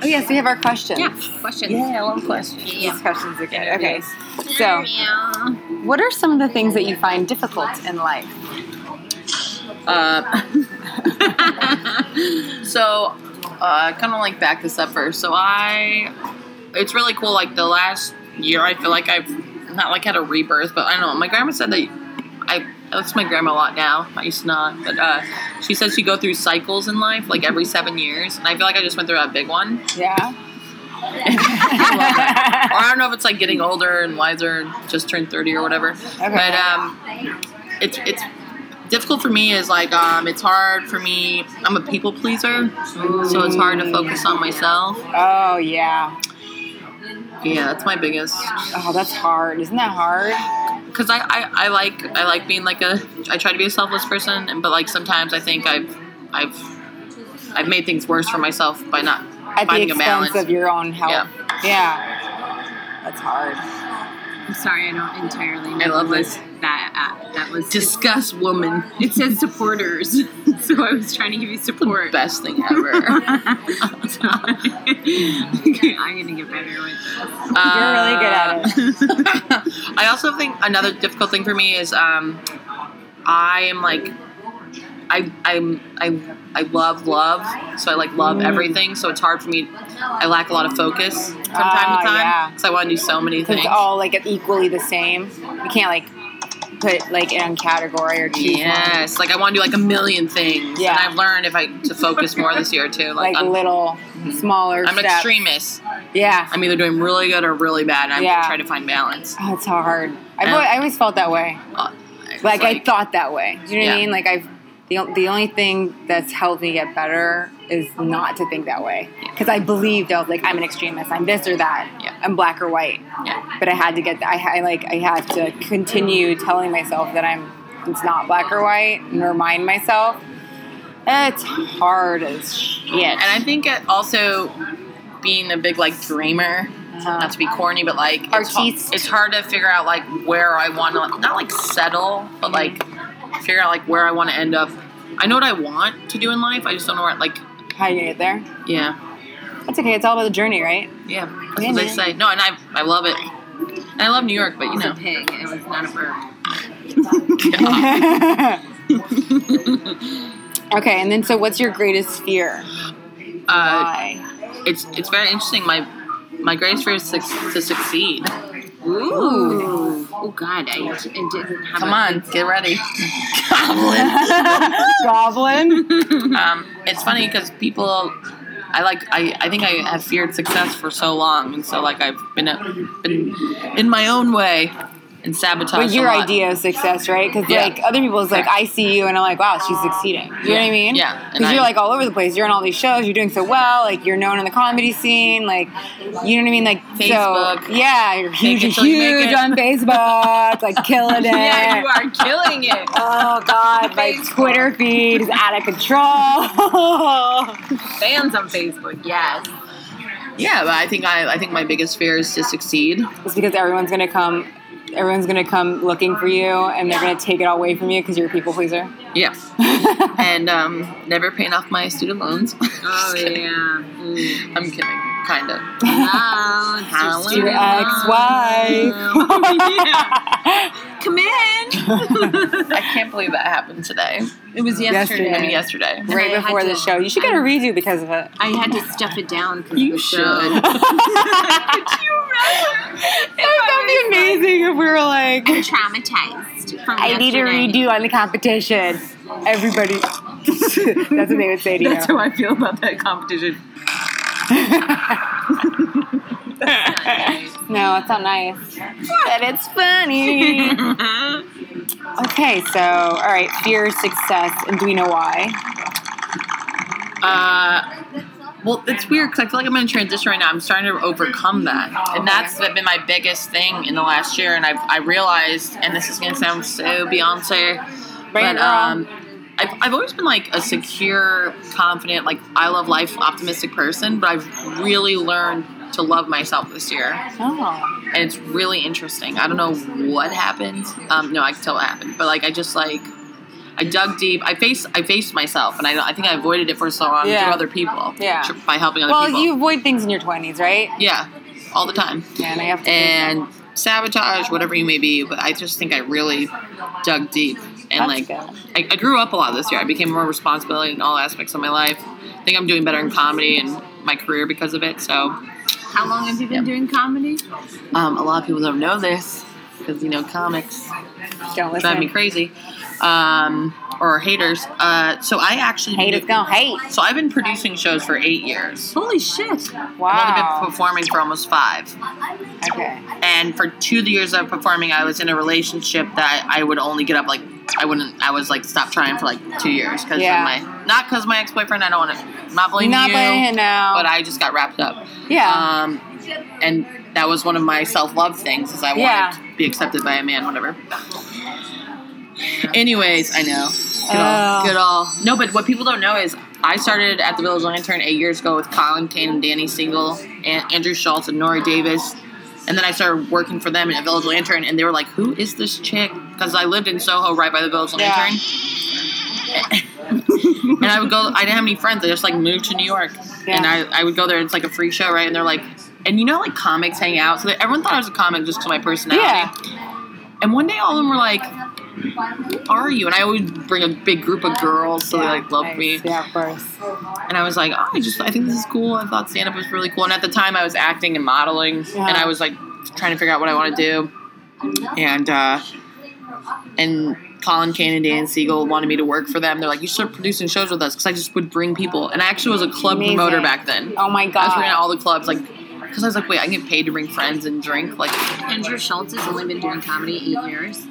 [SPEAKER 1] Oh yes, we have our questions.
[SPEAKER 2] Yeah. Questions.
[SPEAKER 4] I love questions.
[SPEAKER 1] These
[SPEAKER 2] Yeah.
[SPEAKER 1] questions are good. Okay. So, what are some of the things that you find difficult in life?
[SPEAKER 4] Uh, so, uh, kind of like back this up first. So I, it's really cool. Like the last year, I feel like I've not like had a rebirth, but I don't know. My grandma said that I that's my grandma a lot now. I used to not, but uh, she says you go through cycles in life, like every seven years, and I feel like I just went through that big one.
[SPEAKER 1] Yeah.
[SPEAKER 4] Or I don't know if it's like getting older and wiser, and just turned thirty or whatever. But um, it's it's difficult for me is like um, it's hard for me. I'm a people pleaser, so it's hard to focus on myself.
[SPEAKER 1] oh yeah.
[SPEAKER 4] Yeah, that's my biggest.
[SPEAKER 1] Oh, that's hard. Isn't that hard?
[SPEAKER 4] because I, I, I like I like being like a I try to be a selfless person, and but like sometimes I think I've I've I've made things worse for myself by not
[SPEAKER 1] At
[SPEAKER 4] finding
[SPEAKER 1] the
[SPEAKER 4] a
[SPEAKER 1] expense
[SPEAKER 4] balance.
[SPEAKER 1] of your own
[SPEAKER 4] Yeah.
[SPEAKER 1] health. Yeah. That's hard.
[SPEAKER 2] I'm sorry, I don't entirely. Know
[SPEAKER 4] I love
[SPEAKER 2] what
[SPEAKER 4] this.
[SPEAKER 2] That app. That was
[SPEAKER 4] Discuss woman,
[SPEAKER 2] It says supporters, so I was trying to give you support.
[SPEAKER 4] best thing ever.
[SPEAKER 2] okay, I'm gonna get better with this.
[SPEAKER 1] You're really good
[SPEAKER 4] Uh,
[SPEAKER 1] at it.
[SPEAKER 4] I also think another difficult thing for me is um, I am like I I'm I I love love, so I like love
[SPEAKER 1] Mm.
[SPEAKER 4] everything. So it's hard for me. I lack a lot of focus from time
[SPEAKER 1] Ah,
[SPEAKER 4] to time
[SPEAKER 1] yeah.
[SPEAKER 4] because I want to do so many
[SPEAKER 1] 'Cause
[SPEAKER 4] things.
[SPEAKER 1] It's all like equally the same. You can't like put like in a category or choose one.
[SPEAKER 4] Yes, like I want to do like a million things.
[SPEAKER 1] Yeah.
[SPEAKER 4] And I've learned if I to focus more this year too. Like,
[SPEAKER 1] Like
[SPEAKER 4] I'm, Mm-hmm.
[SPEAKER 1] little, smaller
[SPEAKER 4] I'm an
[SPEAKER 1] steps.
[SPEAKER 4] extremist.
[SPEAKER 1] Yeah.
[SPEAKER 4] I'm either doing really good or really bad. And I'm
[SPEAKER 1] Yeah.
[SPEAKER 4] trying to find balance.
[SPEAKER 1] Oh, it's hard. I've
[SPEAKER 4] Yeah.
[SPEAKER 1] always, I always felt that way.
[SPEAKER 4] Uh, it's
[SPEAKER 1] like, I thought that way. Do you know what
[SPEAKER 4] Yeah.
[SPEAKER 1] I mean? Like I've the o- the only thing that's helped me get better is not to think that way because I believed I was like I'm an extremist. I'm this or that.
[SPEAKER 4] Yeah.
[SPEAKER 1] I'm black or white.
[SPEAKER 4] Yeah.
[SPEAKER 1] But I had to get. I, ha- I like I had to continue telling myself that I'm it's not black or white and remind myself. It's hard as shit.
[SPEAKER 4] And I think it also being a big like dreamer. Not to be corny, but like it's, hard,
[SPEAKER 1] Artiste.
[SPEAKER 4] it's hard to figure out like where I want to not like settle, but like figure out like where I want to end up. I know what I want to do in life. I just don't know where. Like,
[SPEAKER 1] How you gonna get there?
[SPEAKER 4] yeah.
[SPEAKER 1] That's okay. It's all about the journey, right?
[SPEAKER 4] Yeah, that's what they
[SPEAKER 1] Yeah.
[SPEAKER 4] say. No, and I I love it. And I love New York, but you know,
[SPEAKER 2] It's a pig. It was not a verb.
[SPEAKER 1] okay, and then so what's your greatest fear?
[SPEAKER 4] uh,
[SPEAKER 1] Why?
[SPEAKER 4] it's it's very interesting. My my greatest fear is to, to succeed.
[SPEAKER 2] Ooh. Oh God, I, I didn't have.
[SPEAKER 4] Come
[SPEAKER 2] a,
[SPEAKER 4] on, get ready, goblin.
[SPEAKER 1] Goblin?
[SPEAKER 4] Um, it's funny because people, I like I, I think I have feared success for so long, and so like I've been a, been in my own way and sabotaged.
[SPEAKER 1] But
[SPEAKER 4] a
[SPEAKER 1] your
[SPEAKER 4] lot.
[SPEAKER 1] idea of success, right? Because
[SPEAKER 4] Yeah.
[SPEAKER 1] like other people's like, I see you, and I'm like, wow, she's succeeding. You know what I mean?
[SPEAKER 4] Yeah. And
[SPEAKER 1] Because
[SPEAKER 4] I-
[SPEAKER 1] you're like all over the place. You're on all these shows. You're doing so well. Like you're known in the comedy scene. Like you know what I mean? Like
[SPEAKER 4] Facebook.
[SPEAKER 1] So, yeah, you're huge,
[SPEAKER 4] it till you make
[SPEAKER 1] huge
[SPEAKER 4] it.
[SPEAKER 1] on Facebook. like killing it.
[SPEAKER 6] Yeah, you are killing it.
[SPEAKER 1] Oh God! My
[SPEAKER 6] Facebook.
[SPEAKER 1] Twitter feed is out of control.
[SPEAKER 6] Fans on Facebook, yes.
[SPEAKER 4] Yeah, but I think I I think my biggest fear is to succeed.
[SPEAKER 1] It's because everyone's gonna come. Everyone's gonna come looking for you, and they're gonna take it all away from you because you're a people pleaser.
[SPEAKER 4] Yeah, and um, never paying off my student loans.
[SPEAKER 2] Oh
[SPEAKER 4] Just kidding.
[SPEAKER 2] yeah. Mm.
[SPEAKER 4] I'm kidding, kind of.
[SPEAKER 2] Oh, it's your
[SPEAKER 4] Hello.
[SPEAKER 1] Your
[SPEAKER 2] student
[SPEAKER 1] Ah. ex-wife.
[SPEAKER 2] loan. Come in.
[SPEAKER 4] I can't believe that happened today.
[SPEAKER 2] It was yesterday.
[SPEAKER 1] Yesterday.
[SPEAKER 4] I mean, yesterday.
[SPEAKER 1] right
[SPEAKER 2] I had
[SPEAKER 1] before the
[SPEAKER 2] to-
[SPEAKER 1] show. You should get a redo because of it.
[SPEAKER 2] I had to stuff it down because of the show.
[SPEAKER 4] should.
[SPEAKER 1] It would be amazing if we were like,
[SPEAKER 2] I'm traumatized from
[SPEAKER 1] I need a
[SPEAKER 2] yesterday.
[SPEAKER 1] redo on the competition. Everybody. That's what they would say to
[SPEAKER 6] That's
[SPEAKER 1] you.
[SPEAKER 6] how I feel about that competition.
[SPEAKER 1] No, it's not nice. But it's funny. okay, so, all right, fear, success, and do we know why?
[SPEAKER 4] Uh, well, it's weird because I feel like I'm in a transition right now. I'm starting to overcome that, and that's been my biggest thing in the last year. And I've I realized, and this is gonna sound so Beyonce,
[SPEAKER 1] Right,
[SPEAKER 4] but
[SPEAKER 1] girl?
[SPEAKER 4] um, I've, I've always been like a secure, confident, like I love life, optimistic person. But I've really learned to love myself this year,
[SPEAKER 1] oh.
[SPEAKER 4] and it's really interesting. I don't know what happened. Um, no, I can tell what happened, but like I just like I dug deep. I faced I faced myself, and I I think I avoided it for so long
[SPEAKER 1] Yeah.
[SPEAKER 4] through other people.
[SPEAKER 1] Yeah.
[SPEAKER 4] tr- by helping other
[SPEAKER 1] Well,
[SPEAKER 4] people.
[SPEAKER 1] you avoid things in your 20s, right?
[SPEAKER 4] yeah, all the time
[SPEAKER 1] And I have to.
[SPEAKER 4] and sabotage whatever you may be. But I just think I really dug deep and
[SPEAKER 1] That's
[SPEAKER 4] like
[SPEAKER 1] good.
[SPEAKER 4] I, I grew up a lot this year. I became more responsible in all aspects of my life. I think I'm doing better in comedy and my career because of it. So
[SPEAKER 2] How long have you been doing comedy?
[SPEAKER 4] um, a lot of people don't know this. because you know comics
[SPEAKER 1] Don't listen.
[SPEAKER 4] drive me crazy, um, or haters. Uh, so I actually
[SPEAKER 1] Hate is gonna hate.
[SPEAKER 4] So I've been producing shows for eight years.
[SPEAKER 2] Holy shit.
[SPEAKER 4] I've only been
[SPEAKER 1] Wow.
[SPEAKER 4] performing for almost five.
[SPEAKER 1] Okay.
[SPEAKER 4] And for two of the years I was performing, I was in a relationship that I would only get up like I wouldn't. I was like stop trying for like two years because
[SPEAKER 1] Yeah.
[SPEAKER 4] my not because my ex boyfriend. I don't want to not blame
[SPEAKER 1] Not
[SPEAKER 4] you,
[SPEAKER 1] blaming him now.
[SPEAKER 4] but I just got wrapped up.
[SPEAKER 1] yeah.
[SPEAKER 4] Um, and that was one of my self love things is I wanted
[SPEAKER 1] Yeah.
[SPEAKER 4] to be accepted by a man, whatever. Anyways, I know. Good all,
[SPEAKER 1] Oh.
[SPEAKER 4] good all. No, but what people don't know is I started at the Village Lantern eight years ago with Colin Kane and Danny Single, and Andrew Schultz and Nori Davis. And then I started working for them at Village Lantern, and they were like, "Who is this chick?" Because I lived in Soho, right by the Village
[SPEAKER 1] Yeah.
[SPEAKER 4] Lantern, and I would go. I didn't have any friends. I just like moved to New York,
[SPEAKER 1] Yeah.
[SPEAKER 4] and I, I would go there. It's like a free show, right? And they're like, and you know, like comics hang out. So they, everyone thought I was a comic just to my personality.
[SPEAKER 1] Yeah.
[SPEAKER 4] And one day all of them were like, "Who are you?" And I always bring a big group of girls, so
[SPEAKER 1] Yeah,
[SPEAKER 4] they like loved
[SPEAKER 1] nice.
[SPEAKER 4] me.
[SPEAKER 1] Yeah, of course.
[SPEAKER 4] And I was like, "Oh, I just I think this is cool. I thought stand up was really cool." And at the time, I was acting and modeling,
[SPEAKER 1] Yeah.
[SPEAKER 4] and I was like trying to figure out what I want to do. And uh, and Colin Kane and Dan Siegel wanted me to work for them. They're like, "You should start producing shows with us," because I just would bring people. And I actually was a club
[SPEAKER 1] Amazing.
[SPEAKER 4] promoter back then.
[SPEAKER 1] Oh my
[SPEAKER 4] I was running
[SPEAKER 1] god.
[SPEAKER 4] all the clubs, like, because I was like, "Wait, I can get paid to bring friends and drink." Like,
[SPEAKER 2] Andrew Schultz has only been doing comedy eight years.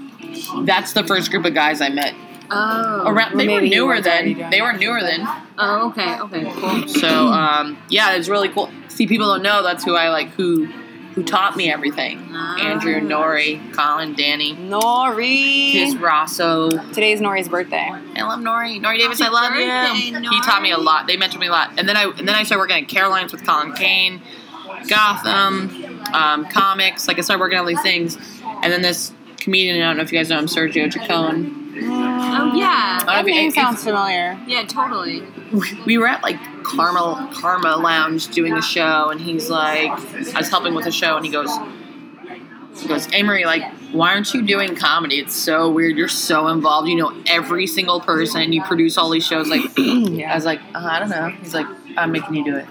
[SPEAKER 4] that's the first group of guys I met.
[SPEAKER 2] Oh.
[SPEAKER 4] Around, they
[SPEAKER 1] Well,
[SPEAKER 4] were
[SPEAKER 1] maybe he
[SPEAKER 4] newer
[SPEAKER 1] was already
[SPEAKER 4] then.
[SPEAKER 1] done.
[SPEAKER 4] They were newer then.
[SPEAKER 2] Oh, okay, okay, cool.
[SPEAKER 4] So um, yeah, it's really cool. See, people don't know that's who I like who who taught me everything. Andrew, Nori, Colin, Danny, Chris
[SPEAKER 1] Nori.
[SPEAKER 4] Rosso.
[SPEAKER 1] Today's Nori's birthday.
[SPEAKER 4] I love Nori. Nori Davis, I love you. He taught me a lot. They mentored me a lot. And then I and then I started working at Caroline's with Colin Kane, Gotham, um, comics. Like I started working on all these things. And then this comedian, I don't know if you guys know him, Sergio Chacon.
[SPEAKER 2] Oh, yeah.
[SPEAKER 1] That
[SPEAKER 4] if-
[SPEAKER 1] name
[SPEAKER 4] if-
[SPEAKER 1] sounds familiar.
[SPEAKER 2] Yeah, totally.
[SPEAKER 4] we were at like Karma Karma Lounge doing a show, and he's like, I was helping with a show, and he goes, he goes, Amory, like, why aren't you doing comedy? It's so weird. You're so involved. You know every single person. You produce all these shows. Like, I was like, uh, I don't know. He's like, I'm making you do it.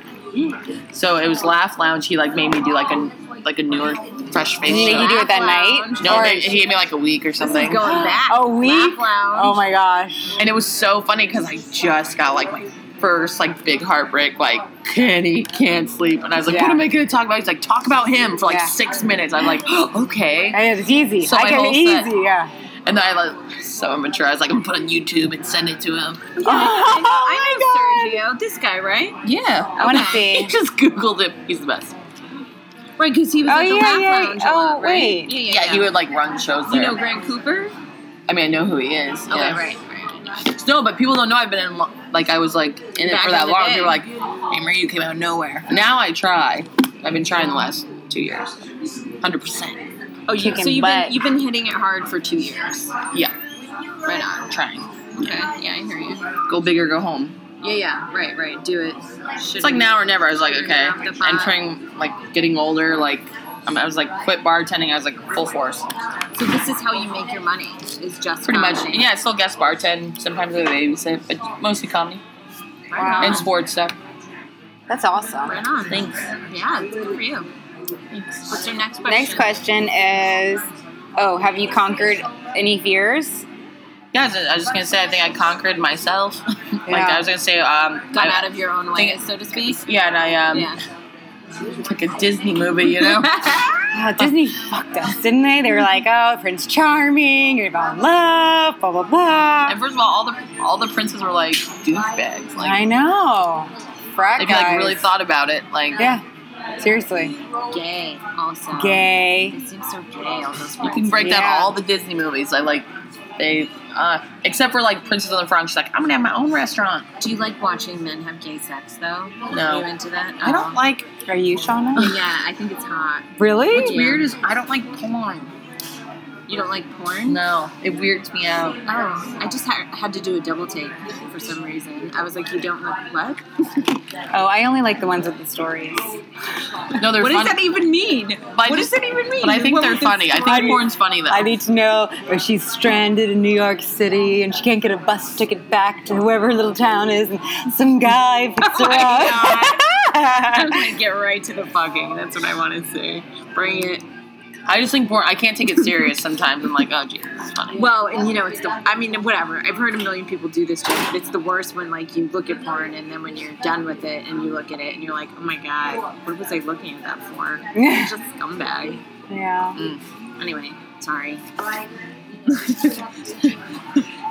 [SPEAKER 4] So it was Laugh Lounge. He like made me do like a like a newer, fresh face
[SPEAKER 1] Did you
[SPEAKER 4] show.
[SPEAKER 1] do it that
[SPEAKER 2] Lounge.
[SPEAKER 1] night?
[SPEAKER 4] No,
[SPEAKER 1] Or-
[SPEAKER 4] they, he gave me like a week or something.
[SPEAKER 2] Going back.
[SPEAKER 1] A week?
[SPEAKER 2] Laugh Lounge.
[SPEAKER 1] Oh my gosh.
[SPEAKER 4] And it was so funny because I just got like my first like big heartbreak, like Kenny can't sleep, and I was like, "What
[SPEAKER 1] Yeah.
[SPEAKER 4] am I going to talk about?" He's like, "Talk about him for like
[SPEAKER 1] Yeah.
[SPEAKER 4] six minutes." I'm like, "Okay,"
[SPEAKER 1] I- It's easy.
[SPEAKER 4] So my
[SPEAKER 1] I can
[SPEAKER 4] whole
[SPEAKER 1] easy,
[SPEAKER 4] set.
[SPEAKER 1] yeah.
[SPEAKER 4] and then I like so immature. I was like, "I'm gonna put it on YouTube and send it to him."
[SPEAKER 1] oh my
[SPEAKER 2] I know Sergio, this guy, right?
[SPEAKER 4] Yeah,
[SPEAKER 1] I want to
[SPEAKER 2] Okay.
[SPEAKER 1] see.
[SPEAKER 4] he just googled it. He's the best.
[SPEAKER 2] Right, because he was
[SPEAKER 1] Oh,
[SPEAKER 2] at the
[SPEAKER 1] yeah,
[SPEAKER 2] Laugh
[SPEAKER 1] yeah.
[SPEAKER 2] Lounge a lot,
[SPEAKER 1] Oh,
[SPEAKER 2] right?
[SPEAKER 1] wait.
[SPEAKER 2] Yeah, yeah,
[SPEAKER 4] Yeah,
[SPEAKER 2] yeah.
[SPEAKER 4] he would like run shows
[SPEAKER 2] You
[SPEAKER 4] there.
[SPEAKER 2] know Grant Cooper?
[SPEAKER 4] I mean, I know who he is.
[SPEAKER 2] Okay,
[SPEAKER 4] yeah.
[SPEAKER 2] right, right.
[SPEAKER 4] No, but people don't know I've been in lo- like I was like in it
[SPEAKER 2] Back
[SPEAKER 4] for
[SPEAKER 2] in
[SPEAKER 4] that
[SPEAKER 2] the
[SPEAKER 4] long.
[SPEAKER 2] day.
[SPEAKER 4] People were like, "Hey, Marie, you came out of nowhere." Now I try. I've been trying the last two years, hundred percent.
[SPEAKER 2] Oh, you,
[SPEAKER 1] Kicking
[SPEAKER 2] so you've
[SPEAKER 1] butt.
[SPEAKER 2] been, you've been hitting it hard for two years.
[SPEAKER 4] Yeah,
[SPEAKER 2] Right on.
[SPEAKER 4] trying.
[SPEAKER 2] Okay, yeah, I hear you.
[SPEAKER 4] Go big or go home.
[SPEAKER 2] Yeah, yeah, right, right. Do it.
[SPEAKER 4] It's like now or never. I was like,
[SPEAKER 2] Shouldn't
[SPEAKER 4] okay,
[SPEAKER 2] have to buy.
[SPEAKER 4] entering like getting older. Like I'm- I was like, quit bartending. I was like full force.
[SPEAKER 2] So this is how you make your money. Is just
[SPEAKER 4] Pretty much.
[SPEAKER 2] comedy.
[SPEAKER 4] Yeah, I still guest bartend. Sometimes I babysit, but mostly comedy
[SPEAKER 2] Right on.
[SPEAKER 4] and sports stuff.
[SPEAKER 1] That's awesome.
[SPEAKER 2] Right on.
[SPEAKER 4] Thanks.
[SPEAKER 2] Yeah, it's good for you. What's your next question?
[SPEAKER 1] Next question is Oh, have you conquered any fears?
[SPEAKER 4] Yeah, I was, I was just gonna say. I think I conquered myself. like
[SPEAKER 1] Yeah.
[SPEAKER 4] I was gonna say. Um,
[SPEAKER 2] Got
[SPEAKER 4] I-
[SPEAKER 2] out of your own way,
[SPEAKER 4] Think-
[SPEAKER 2] so to speak.
[SPEAKER 4] Yeah, and I um.
[SPEAKER 2] yeah.
[SPEAKER 4] like a Disney movie, you know?
[SPEAKER 1] Oh, Disney fucked us, didn't they? They were like, oh, Prince Charming, you're about in love, blah, blah, blah.
[SPEAKER 4] and first of all, all the all the princes were like douchebags.
[SPEAKER 1] I
[SPEAKER 4] Like
[SPEAKER 1] know. Frat
[SPEAKER 4] if you like
[SPEAKER 1] guys.
[SPEAKER 4] really thought about it, like
[SPEAKER 1] Yeah. Seriously.
[SPEAKER 4] Um,
[SPEAKER 2] gay. Also.
[SPEAKER 1] Gay.
[SPEAKER 2] They seem so gay. All those
[SPEAKER 4] you can
[SPEAKER 2] words.
[SPEAKER 4] break
[SPEAKER 1] Yeah.
[SPEAKER 4] down all the Disney movies. I like they uh, except for like Princess of the Frog, she's like, I'm gonna have my own restaurant.
[SPEAKER 2] Do you like watching men have gay sex though? Are
[SPEAKER 4] No.
[SPEAKER 2] you into that?
[SPEAKER 4] I don't
[SPEAKER 2] Oh.
[SPEAKER 4] like
[SPEAKER 1] Are you, Shauna?
[SPEAKER 2] Yeah, I think it's hot.
[SPEAKER 4] what's
[SPEAKER 1] Really?
[SPEAKER 2] Yeah.
[SPEAKER 4] weird is I don't like porn.
[SPEAKER 2] You don't like porn?
[SPEAKER 4] No. It weirds me out.
[SPEAKER 2] Oh, I just had, had to do a double take for some reason. I was like, you don't like what?
[SPEAKER 1] Oh, I only like the ones with the stories.
[SPEAKER 4] No, they're
[SPEAKER 2] What
[SPEAKER 4] funny.
[SPEAKER 2] does that even mean?
[SPEAKER 4] I
[SPEAKER 2] what
[SPEAKER 4] just-
[SPEAKER 2] does that even mean?
[SPEAKER 4] But I think
[SPEAKER 2] What
[SPEAKER 4] they're
[SPEAKER 2] was this
[SPEAKER 4] funny. I
[SPEAKER 1] I
[SPEAKER 4] think
[SPEAKER 1] need-
[SPEAKER 4] porn's funny though.
[SPEAKER 1] I need to know if she's stranded in New York City and she can't get a bus ticket back to whoever her little town is, and some guy picks her up.
[SPEAKER 2] I'm gonna get right to the fucking. That's what I want to say. Bring it.
[SPEAKER 4] I just think porn. I can't take it serious sometimes. I'm like, oh, gee, that's funny.
[SPEAKER 2] Well, and you know, it's the. I mean, whatever. I've heard a million people do this, joke, but it's the worst when like you look at porn and then when you're done with it and you look at it and you're like, oh my god, what was I looking at that for? It's just scumbag.
[SPEAKER 1] Yeah.
[SPEAKER 2] Anyway, sorry.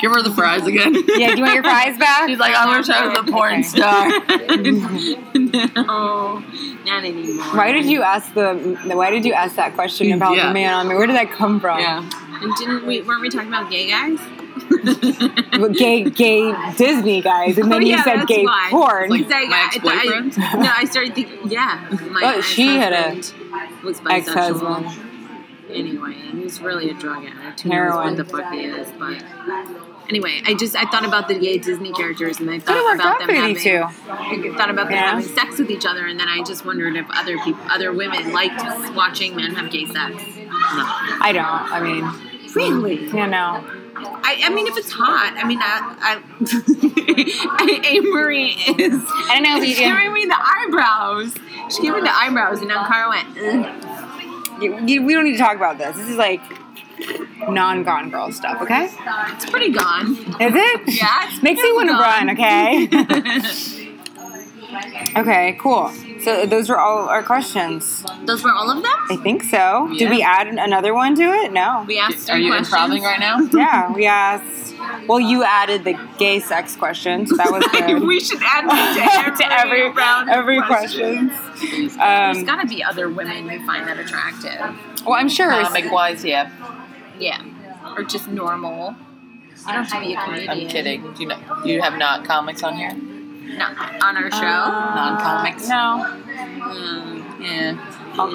[SPEAKER 4] Give her the fries again.
[SPEAKER 1] Yeah, do you want your fries back?
[SPEAKER 4] She's like, I wish I was a porn
[SPEAKER 1] Okay.
[SPEAKER 4] star.
[SPEAKER 2] no, not anymore.
[SPEAKER 1] Why did you ask the? Why did you ask that question about
[SPEAKER 4] Yeah.
[SPEAKER 1] the man on me? Where did that come from?
[SPEAKER 4] Yeah.
[SPEAKER 2] And didn't we? Weren't we talking about gay guys?
[SPEAKER 1] But Gay, gay Disney guys, and then
[SPEAKER 2] Oh,
[SPEAKER 1] you
[SPEAKER 2] yeah,
[SPEAKER 1] said
[SPEAKER 2] that's
[SPEAKER 1] gay
[SPEAKER 2] why.
[SPEAKER 1] porn.
[SPEAKER 4] Like,
[SPEAKER 2] It's like,
[SPEAKER 4] my
[SPEAKER 2] I-
[SPEAKER 4] ex-boyfriend?
[SPEAKER 2] I, no, I started thinking. Yeah, my
[SPEAKER 1] Oh, she had a
[SPEAKER 2] ex-husband was
[SPEAKER 1] ex-husband.
[SPEAKER 2] bisexual. Anyway, he was really a drug addict. Who
[SPEAKER 1] Heroin.
[SPEAKER 2] knows what the fuck he is? But anyway, I just I thought about the gay Disney characters, and I
[SPEAKER 1] Could have
[SPEAKER 2] thought
[SPEAKER 1] worked
[SPEAKER 2] about
[SPEAKER 1] out
[SPEAKER 2] them
[SPEAKER 1] for you
[SPEAKER 2] having
[SPEAKER 1] too.
[SPEAKER 2] I thought about them
[SPEAKER 1] Yeah.
[SPEAKER 2] having sex with each other, and then I just wondered if other people, other women, liked watching men have gay sex.
[SPEAKER 1] I don't. I mean,
[SPEAKER 2] Really?
[SPEAKER 1] you know,
[SPEAKER 2] I, I mean, if it's hot, I mean, I, I, I Amory is.
[SPEAKER 1] I don't know if you
[SPEAKER 2] She's
[SPEAKER 1] can.
[SPEAKER 2] giving me the eyebrows. She gave me the eyebrows, and now Cara went. "Mm, Ugh.
[SPEAKER 1] You, you, we don't need to talk about this. This is like non-gone girl stuff. Okay? Is
[SPEAKER 2] It's pretty gone.
[SPEAKER 1] it?
[SPEAKER 2] Yeah, it's
[SPEAKER 1] Makes me want to
[SPEAKER 2] gone.
[SPEAKER 1] run. Okay. okay. Cool. So those were all our questions.
[SPEAKER 2] Those were all of them.
[SPEAKER 1] I think so. Did we add another one to it? No.
[SPEAKER 2] We asked.
[SPEAKER 4] Are
[SPEAKER 2] three
[SPEAKER 4] you
[SPEAKER 2] questions.
[SPEAKER 4] improving right now?
[SPEAKER 1] yeah, we asked. Well, you added the gay sex question, so that was good.
[SPEAKER 2] we should add them to
[SPEAKER 1] to
[SPEAKER 2] every,
[SPEAKER 1] every
[SPEAKER 2] round. of
[SPEAKER 1] every
[SPEAKER 2] questions.
[SPEAKER 1] question.
[SPEAKER 2] There's
[SPEAKER 1] Um,
[SPEAKER 2] got to be other women who find that attractive.
[SPEAKER 1] well, I'm sure.
[SPEAKER 4] Comic wise, yeah.
[SPEAKER 2] Yeah, or just normal. You don't have to be a comedian.
[SPEAKER 4] I'm kidding. Do you know you have not comics on here?
[SPEAKER 2] Not on our show.
[SPEAKER 4] Non comics.
[SPEAKER 1] No,
[SPEAKER 2] Mm.
[SPEAKER 4] Yeah.
[SPEAKER 1] all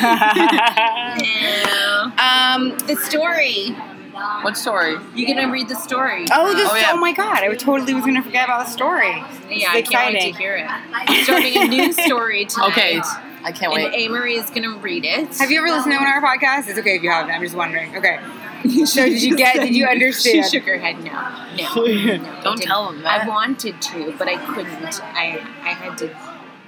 [SPEAKER 1] comics.
[SPEAKER 2] Ew.
[SPEAKER 1] um.
[SPEAKER 2] The story.
[SPEAKER 4] What story?
[SPEAKER 2] You're gonna read the story.
[SPEAKER 1] Oh, this.
[SPEAKER 4] Oh,
[SPEAKER 1] Oh,
[SPEAKER 4] yeah.
[SPEAKER 1] my god! I totally was gonna forget about the story.
[SPEAKER 2] yeah, I
[SPEAKER 1] is
[SPEAKER 2] can't wait
[SPEAKER 1] exciting.
[SPEAKER 2] to hear it. I'm starting a new story tonight.
[SPEAKER 4] Okay. I can't
[SPEAKER 2] And
[SPEAKER 4] wait.
[SPEAKER 2] Amory is gonna read it.
[SPEAKER 1] Have you ever listened to one of our podcasts? It's okay if you haven't. I'm just wondering. Okay. So did you get? Did you
[SPEAKER 2] She
[SPEAKER 1] understand?
[SPEAKER 2] shook her head. No, no. no
[SPEAKER 4] Don't
[SPEAKER 2] I
[SPEAKER 4] tell him
[SPEAKER 2] didn't.
[SPEAKER 4] that.
[SPEAKER 2] I wanted to, but I couldn't. I I had to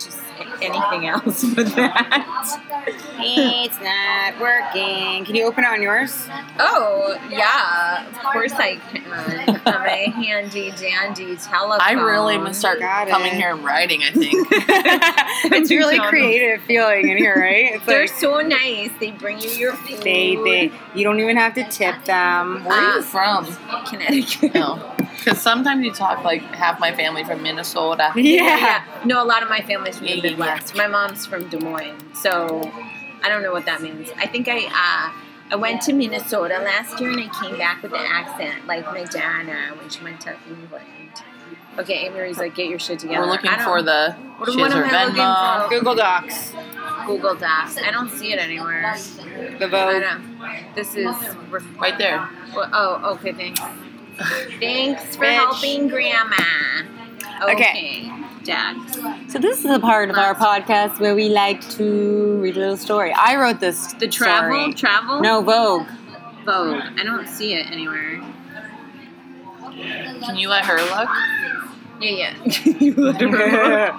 [SPEAKER 2] just anything else but that.
[SPEAKER 1] it's not working. Can you open it on yours?
[SPEAKER 2] Oh yeah, of course I can. I have a handy dandy telephone.
[SPEAKER 4] I really must start
[SPEAKER 1] Got
[SPEAKER 4] coming
[SPEAKER 1] it.
[SPEAKER 4] here and writing, I think.
[SPEAKER 1] it's really creative feeling in here, right? It's
[SPEAKER 2] They're
[SPEAKER 1] like
[SPEAKER 2] so nice. They bring you your food.
[SPEAKER 1] they, they you don't even have to tip them.
[SPEAKER 4] Where are you
[SPEAKER 2] Uh,
[SPEAKER 4] from?
[SPEAKER 2] Connecticut.
[SPEAKER 4] No. Because sometimes you talk like half my family from Minnesota.
[SPEAKER 1] Yeah.
[SPEAKER 2] No, a lot of my family's from
[SPEAKER 4] Yeah,
[SPEAKER 2] the
[SPEAKER 4] yeah, yeah.
[SPEAKER 2] Midwest. My mom's from Des Moines, so I don't know what that means. I think I uh, I went to Minnesota last year and I came back with an accent, like Madonna when she went to England. Okay, Amory's like, get your shit together.
[SPEAKER 4] We're looking
[SPEAKER 2] I don't-
[SPEAKER 4] for the
[SPEAKER 2] What,
[SPEAKER 4] she
[SPEAKER 2] what
[SPEAKER 4] has
[SPEAKER 2] am I
[SPEAKER 4] her Venmo.
[SPEAKER 2] looking
[SPEAKER 1] Google Docs.
[SPEAKER 2] for? Google Docs. I don't see it anywhere.
[SPEAKER 1] The
[SPEAKER 2] I
[SPEAKER 1] Vogue.
[SPEAKER 2] don't. This is re-
[SPEAKER 4] Right there.
[SPEAKER 2] Well, oh, okay, thanks. thanks for
[SPEAKER 1] Bitch.
[SPEAKER 2] helping Grandma.
[SPEAKER 1] Okay.
[SPEAKER 2] Okay, Dad.
[SPEAKER 1] So this is the part of our podcast where we like to read a little story. I wrote this.
[SPEAKER 2] The travel,
[SPEAKER 1] story.
[SPEAKER 2] travel.
[SPEAKER 1] No Vogue.
[SPEAKER 2] Vogue. I don't see it anywhere.
[SPEAKER 4] Can you let her look?
[SPEAKER 2] Yeah, yeah. you literally.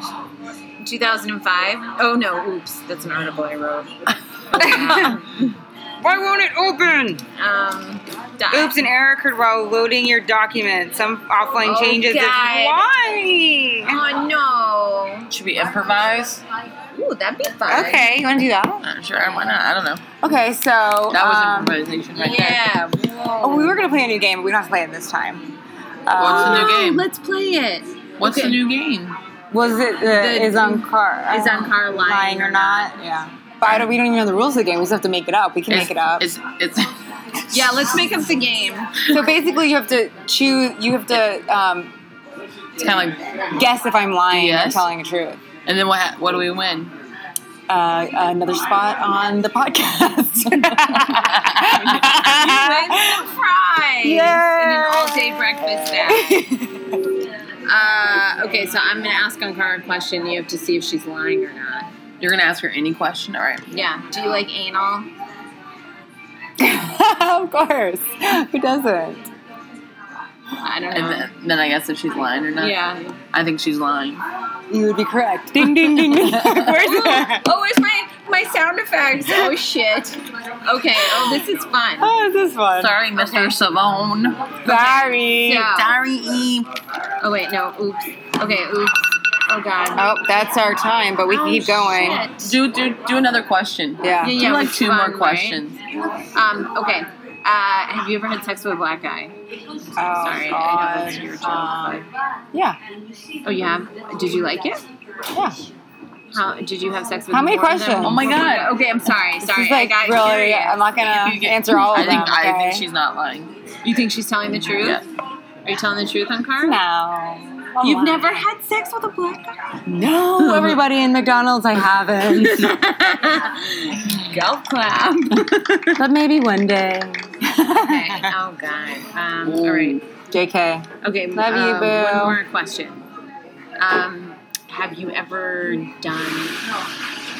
[SPEAKER 2] 2005. Oh no, oops, that's an article I wrote.
[SPEAKER 1] Why won't it open?
[SPEAKER 2] um, di-
[SPEAKER 1] Oops, an error occurred while loading your document. Some offline
[SPEAKER 2] Oh,
[SPEAKER 1] changes.
[SPEAKER 2] God.
[SPEAKER 1] Why?
[SPEAKER 2] Oh
[SPEAKER 4] Should we improvise?
[SPEAKER 2] no. Ooh, that'd be fun.
[SPEAKER 1] Okay, you want to do that?
[SPEAKER 4] Uh, sure, why not? I don't know.
[SPEAKER 1] Okay, so
[SPEAKER 4] That was
[SPEAKER 1] um,
[SPEAKER 4] improvisation right
[SPEAKER 2] Yeah. Whoa.
[SPEAKER 1] Oh, we were gonna play a new game, but we don't have to play it this time.
[SPEAKER 4] What's the
[SPEAKER 1] Um,
[SPEAKER 4] new
[SPEAKER 2] Oh,
[SPEAKER 4] game?
[SPEAKER 2] Let's play it.
[SPEAKER 4] there. What's the
[SPEAKER 2] okay.
[SPEAKER 4] new game?
[SPEAKER 1] was it uh,
[SPEAKER 2] The-
[SPEAKER 1] is on car
[SPEAKER 2] Is on car lying,
[SPEAKER 1] lying or not? Yeah, but I don't, we don't even know the rules of the game. We just have to make it up. We can
[SPEAKER 4] It's-
[SPEAKER 1] make it up.
[SPEAKER 4] It's, it's
[SPEAKER 2] Yeah, let's make up the game.
[SPEAKER 1] So basically, you have to choose. You have to um,
[SPEAKER 4] it's kind of like,
[SPEAKER 1] guess if I'm lying
[SPEAKER 4] Yes.
[SPEAKER 1] or telling the truth.
[SPEAKER 4] and then what? ha- What do we win?
[SPEAKER 1] Uh, another spot on the
[SPEAKER 2] With
[SPEAKER 1] podcast.
[SPEAKER 2] some fries and an
[SPEAKER 1] Yeah.
[SPEAKER 2] all-day breakfast bag. Uh, okay, so I'm gonna ask Ankara a question. You have to see if she's lying or not.
[SPEAKER 4] You're gonna ask her any question. All right.
[SPEAKER 2] Yeah. Do you like anal?
[SPEAKER 1] of course, who doesn't?
[SPEAKER 2] I don't
[SPEAKER 4] And
[SPEAKER 2] know.
[SPEAKER 4] then, uh, then I guess if she's lying or not.
[SPEAKER 2] Yeah.
[SPEAKER 4] I think she's lying.
[SPEAKER 1] You would be correct. Ding ding ding. ding. Where's
[SPEAKER 2] Ooh,
[SPEAKER 1] that?
[SPEAKER 2] oh, where's oh, my my sound artifacts. Oh shit. Okay. Oh, this is fun.
[SPEAKER 1] Oh, this is fun.
[SPEAKER 4] Sorry, Mr. Savone.
[SPEAKER 1] Sorry.
[SPEAKER 2] Yeah.
[SPEAKER 4] Sorry.
[SPEAKER 2] Oh wait, no. Oops. Okay. Oops. Oh god.
[SPEAKER 1] Oh, that's our time, but we can
[SPEAKER 2] Oh,
[SPEAKER 1] keep going.
[SPEAKER 2] shit.
[SPEAKER 4] Do do do another question.
[SPEAKER 1] Yeah.
[SPEAKER 2] Yeah,
[SPEAKER 4] do
[SPEAKER 2] it
[SPEAKER 4] like
[SPEAKER 2] was
[SPEAKER 4] two
[SPEAKER 2] fun,
[SPEAKER 4] more
[SPEAKER 2] right?
[SPEAKER 4] questions.
[SPEAKER 2] Um. Okay. Uh, have you ever had sex with a black guy?
[SPEAKER 1] Oh,
[SPEAKER 2] Sorry, I know that's your joke.
[SPEAKER 1] God. Um, Yeah.
[SPEAKER 2] but- Oh, you have. Did you like it?
[SPEAKER 1] Yeah.
[SPEAKER 2] How did you have sex with?
[SPEAKER 1] How many
[SPEAKER 2] more than-
[SPEAKER 1] questions?
[SPEAKER 4] Oh my God.
[SPEAKER 2] Okay, I'm sorry. Sorry,
[SPEAKER 1] This is like
[SPEAKER 2] I got
[SPEAKER 1] really.
[SPEAKER 2] curious.
[SPEAKER 1] I'm not
[SPEAKER 4] You
[SPEAKER 1] gonna
[SPEAKER 4] get-
[SPEAKER 1] answer all of
[SPEAKER 4] I think
[SPEAKER 1] them.
[SPEAKER 4] I think
[SPEAKER 1] okay?
[SPEAKER 4] she's not lying.
[SPEAKER 2] You think she's telling the truth?
[SPEAKER 4] Yeah.
[SPEAKER 2] Are you telling the truth on Carl?
[SPEAKER 1] No.
[SPEAKER 2] You've never had sex with a black guy?
[SPEAKER 1] No, everybody in McDonald's, I haven't.
[SPEAKER 2] Golf clap.
[SPEAKER 1] but maybe one day.
[SPEAKER 2] okay. Oh God. Um, all right.
[SPEAKER 1] JK.
[SPEAKER 2] Okay.
[SPEAKER 1] Love you,
[SPEAKER 2] um,
[SPEAKER 1] boo.
[SPEAKER 2] One more question. Um, have you ever done?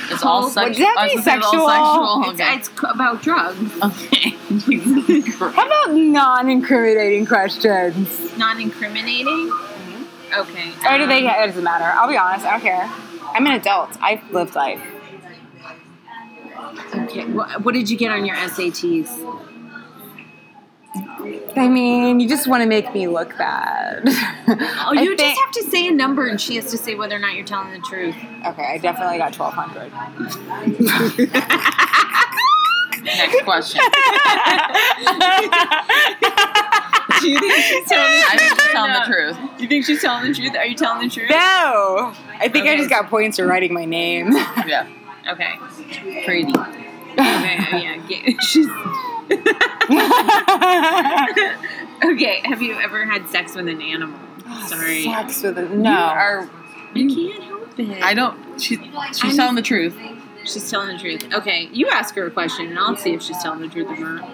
[SPEAKER 4] It's all
[SPEAKER 2] Well,
[SPEAKER 4] sexual.
[SPEAKER 1] does that
[SPEAKER 4] I was
[SPEAKER 1] mean
[SPEAKER 4] gonna say it's all
[SPEAKER 1] sexual?
[SPEAKER 4] sexual.
[SPEAKER 2] It's, it's about drugs,
[SPEAKER 4] Okay. Okay.
[SPEAKER 1] How about non incriminating questions?
[SPEAKER 2] not incriminating. Okay.
[SPEAKER 1] Or do
[SPEAKER 2] um,
[SPEAKER 1] they? It doesn't matter. I'll be honest. I don't care. I'm an adult. I've lived life.
[SPEAKER 2] Okay. What, what did you get on your SATs?
[SPEAKER 1] I mean, you just want to make me look bad.
[SPEAKER 2] Oh, you just have to say a number, and she has to say whether or not you're telling the truth.
[SPEAKER 1] Okay, I definitely got 1200.
[SPEAKER 4] Next question.
[SPEAKER 6] Do you think she's telling the
[SPEAKER 4] I
[SPEAKER 6] truth?
[SPEAKER 4] think she's
[SPEAKER 6] or
[SPEAKER 4] telling
[SPEAKER 6] not?
[SPEAKER 4] the truth.
[SPEAKER 6] You think she's telling the truth? Are you telling the truth?
[SPEAKER 1] no! I think I
[SPEAKER 2] Okay.
[SPEAKER 1] just got points for writing my name.
[SPEAKER 4] Yeah.
[SPEAKER 2] Okay.
[SPEAKER 4] Crazy.
[SPEAKER 2] Okay. oh, yeah. get- She's. Okay. Have you ever had sex with an animal? Sorry.
[SPEAKER 1] Sex with a.
[SPEAKER 4] You
[SPEAKER 1] No.
[SPEAKER 4] are.
[SPEAKER 2] I can't help it.
[SPEAKER 4] I don't. She, she's
[SPEAKER 2] I'm-
[SPEAKER 4] telling the truth.
[SPEAKER 2] She's telling the truth. Okay, you ask her a question, and I'll see if she's telling the truth or not.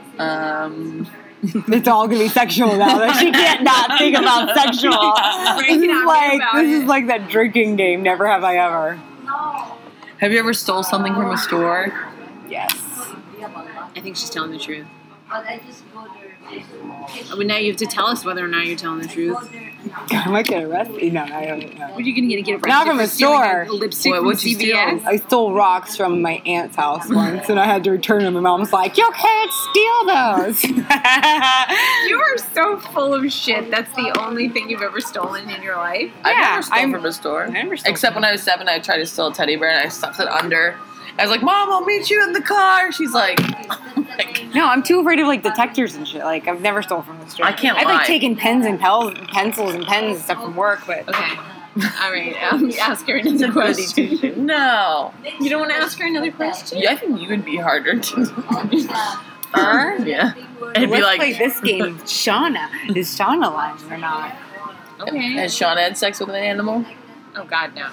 [SPEAKER 4] Um.
[SPEAKER 1] It's all gonna be sexual now. Like, she can't not think about sexual. This
[SPEAKER 2] Freaking
[SPEAKER 1] is
[SPEAKER 2] out
[SPEAKER 1] like
[SPEAKER 2] about
[SPEAKER 1] this is
[SPEAKER 2] it.
[SPEAKER 1] like that drinking game. Never have I ever.
[SPEAKER 4] Have you ever stole something from a store?
[SPEAKER 1] Yes.
[SPEAKER 2] I think she's telling the truth. But now you have to tell us whether or not you're telling the truth.
[SPEAKER 1] I might get arrested. No, I don't know.
[SPEAKER 2] What are you gonna get? get arrested
[SPEAKER 1] Not from
[SPEAKER 2] for
[SPEAKER 1] a
[SPEAKER 2] stealing
[SPEAKER 1] store.
[SPEAKER 2] a lipstick
[SPEAKER 4] What-
[SPEAKER 2] from
[SPEAKER 4] what'd you steal?
[SPEAKER 2] CVS?
[SPEAKER 1] I stole rocks from my aunt's house once, and I had to return them. My mom's like, "You can't steal those."
[SPEAKER 2] You are so full of shit. That's the only thing you've ever stolen in your life.
[SPEAKER 4] I've
[SPEAKER 1] Yeah,
[SPEAKER 4] never stolen
[SPEAKER 1] I'm-
[SPEAKER 4] from a store.
[SPEAKER 1] I never stole
[SPEAKER 4] Except when I was seven, I tried to steal a teddy bear and I stuffed it under. I was like, "Mom, I'll meet you in the car." She's like,
[SPEAKER 1] no, I'm too afraid of like detectors and shit. Like, I've never stole from the store.
[SPEAKER 4] I can't
[SPEAKER 1] I've
[SPEAKER 4] lie.
[SPEAKER 1] like taken pens and pels, pencils and pens and stuff from work, but
[SPEAKER 2] Okay. All right. Um, ask her another question.
[SPEAKER 4] "No."
[SPEAKER 2] You don't want to ask her another question?
[SPEAKER 4] Yeah, I think you would be harder to.
[SPEAKER 1] Her?
[SPEAKER 4] Yeah. It'd be
[SPEAKER 1] let's
[SPEAKER 4] like,
[SPEAKER 1] play this game. Shauna, is Shauna lying or not?
[SPEAKER 2] Okay.
[SPEAKER 4] Has Shauna had sex with an animal?
[SPEAKER 2] Oh God, no.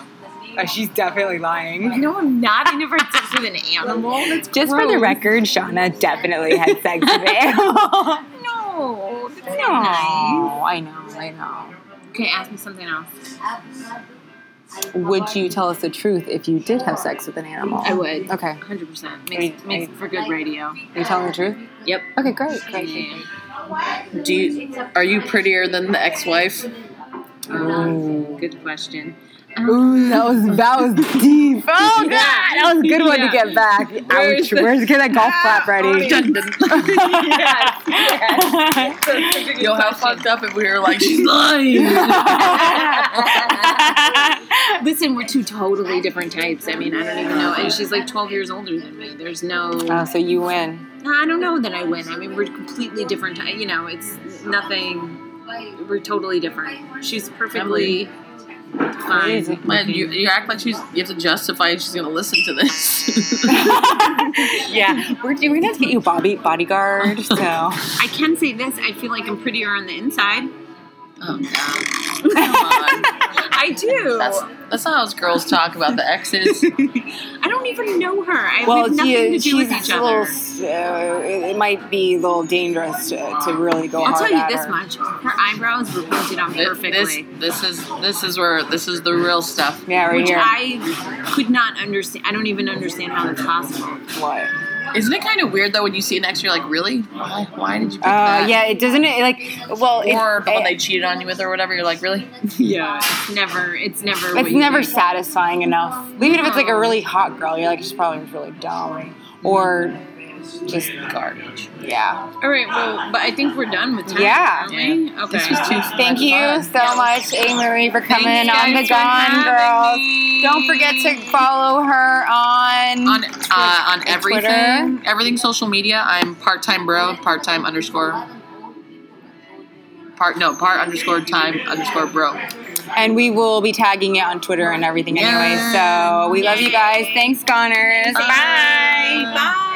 [SPEAKER 1] Oh, she's definitely lying.
[SPEAKER 2] No, I'm not. I never had sex with an animal. That's
[SPEAKER 1] Just for the
[SPEAKER 2] gross.
[SPEAKER 1] record, Shauna definitely had sex with an animal.
[SPEAKER 2] No. That's
[SPEAKER 1] No,
[SPEAKER 2] not nice.
[SPEAKER 1] I know, I know.
[SPEAKER 2] Okay, ask me something else.
[SPEAKER 1] Would you tell us the truth if you did have sex with an animal?
[SPEAKER 2] I would.
[SPEAKER 1] Okay,
[SPEAKER 2] 100%.
[SPEAKER 1] I mean,
[SPEAKER 2] Makes, makes
[SPEAKER 1] I-
[SPEAKER 2] for good radio.
[SPEAKER 1] you telling the truth?
[SPEAKER 2] Yep.
[SPEAKER 1] Okay, great. great.
[SPEAKER 2] Yeah.
[SPEAKER 4] Do you, are you prettier than the ex-wife?
[SPEAKER 2] Um, good question.
[SPEAKER 1] Ooh, that was that was deep. Oh god, that was a good one to get back. Ouch. Where's get that
[SPEAKER 2] Ah,
[SPEAKER 1] golf clap ready?
[SPEAKER 4] Dun, dun. Yo, how fucked up if we were like, she's lying.
[SPEAKER 2] Listen, we're two totally different types. I mean, I don't even know. And she's like 12 years older than me. There's no.
[SPEAKER 1] Oh, so you win.
[SPEAKER 2] I don't know that I win. I mean, we're completely different. ty- You know, it's nothing. We're totally different. She's perfectly fine.
[SPEAKER 1] Amazing.
[SPEAKER 4] Man, you, you act like she's you have to justify she's gonna listen to this. Oh,
[SPEAKER 1] yeah, we're, we're gonna have to get you Bobby bodyguard. So
[SPEAKER 2] I can say this. I feel like I'm prettier on the inside.
[SPEAKER 4] oh no. Come on.
[SPEAKER 2] I do.
[SPEAKER 4] That's that's not how us girls talk about the exes.
[SPEAKER 2] I don't even know her. I
[SPEAKER 1] well,
[SPEAKER 2] have nothing
[SPEAKER 1] she,
[SPEAKER 2] to do with
[SPEAKER 1] she's
[SPEAKER 2] each
[SPEAKER 1] a little.
[SPEAKER 2] other.
[SPEAKER 1] s- Uh, it, it might be a little dangerous to, to really go
[SPEAKER 2] I'll
[SPEAKER 1] hard
[SPEAKER 2] tell you
[SPEAKER 1] at
[SPEAKER 2] this
[SPEAKER 1] her.
[SPEAKER 2] much: her eyebrows were painted on perfectly,
[SPEAKER 4] This, this is this is where this is the real stuff.
[SPEAKER 1] Yeah, right
[SPEAKER 2] which
[SPEAKER 1] here.
[SPEAKER 2] I could not understand. I don't even understand how that's possible.
[SPEAKER 1] what?
[SPEAKER 4] Isn't it kind of weird though when you see an ex, you're like, really? Why? Why did you? Pick
[SPEAKER 1] Uh,
[SPEAKER 4] that?
[SPEAKER 1] yeah, it doesn't. It, like, well, it-
[SPEAKER 4] Or the one
[SPEAKER 1] it-
[SPEAKER 4] they cheated on you with or whatever. You're like, really?
[SPEAKER 6] Yeah.
[SPEAKER 2] It's never. It's never. what
[SPEAKER 1] it's
[SPEAKER 2] you
[SPEAKER 1] never
[SPEAKER 2] think.
[SPEAKER 1] satisfying enough. Even if it's like a really hot girl, you're like, she's probably really dumb or just
[SPEAKER 4] Garbage.
[SPEAKER 1] yeah.
[SPEAKER 2] All right. Well, but I think we're done with time.
[SPEAKER 1] Yeah.
[SPEAKER 2] Aren't we? Okay.
[SPEAKER 4] This was too.
[SPEAKER 1] Thank you so much, A. Marie, for coming
[SPEAKER 2] Thank you
[SPEAKER 1] on
[SPEAKER 2] guys
[SPEAKER 1] the
[SPEAKER 2] for
[SPEAKER 1] Gone
[SPEAKER 2] having
[SPEAKER 1] Girls.
[SPEAKER 2] me.
[SPEAKER 1] Don't forget to follow her on.
[SPEAKER 4] on uh, on everything,
[SPEAKER 1] Twitter.
[SPEAKER 4] everything social media. I'm part time bro, part time underscore part no part underscore time underscore bro.
[SPEAKER 1] and we will be tagging it on Twitter and everything anyway. So we love you guys. Thanks, Goners. Bye.
[SPEAKER 4] Bye.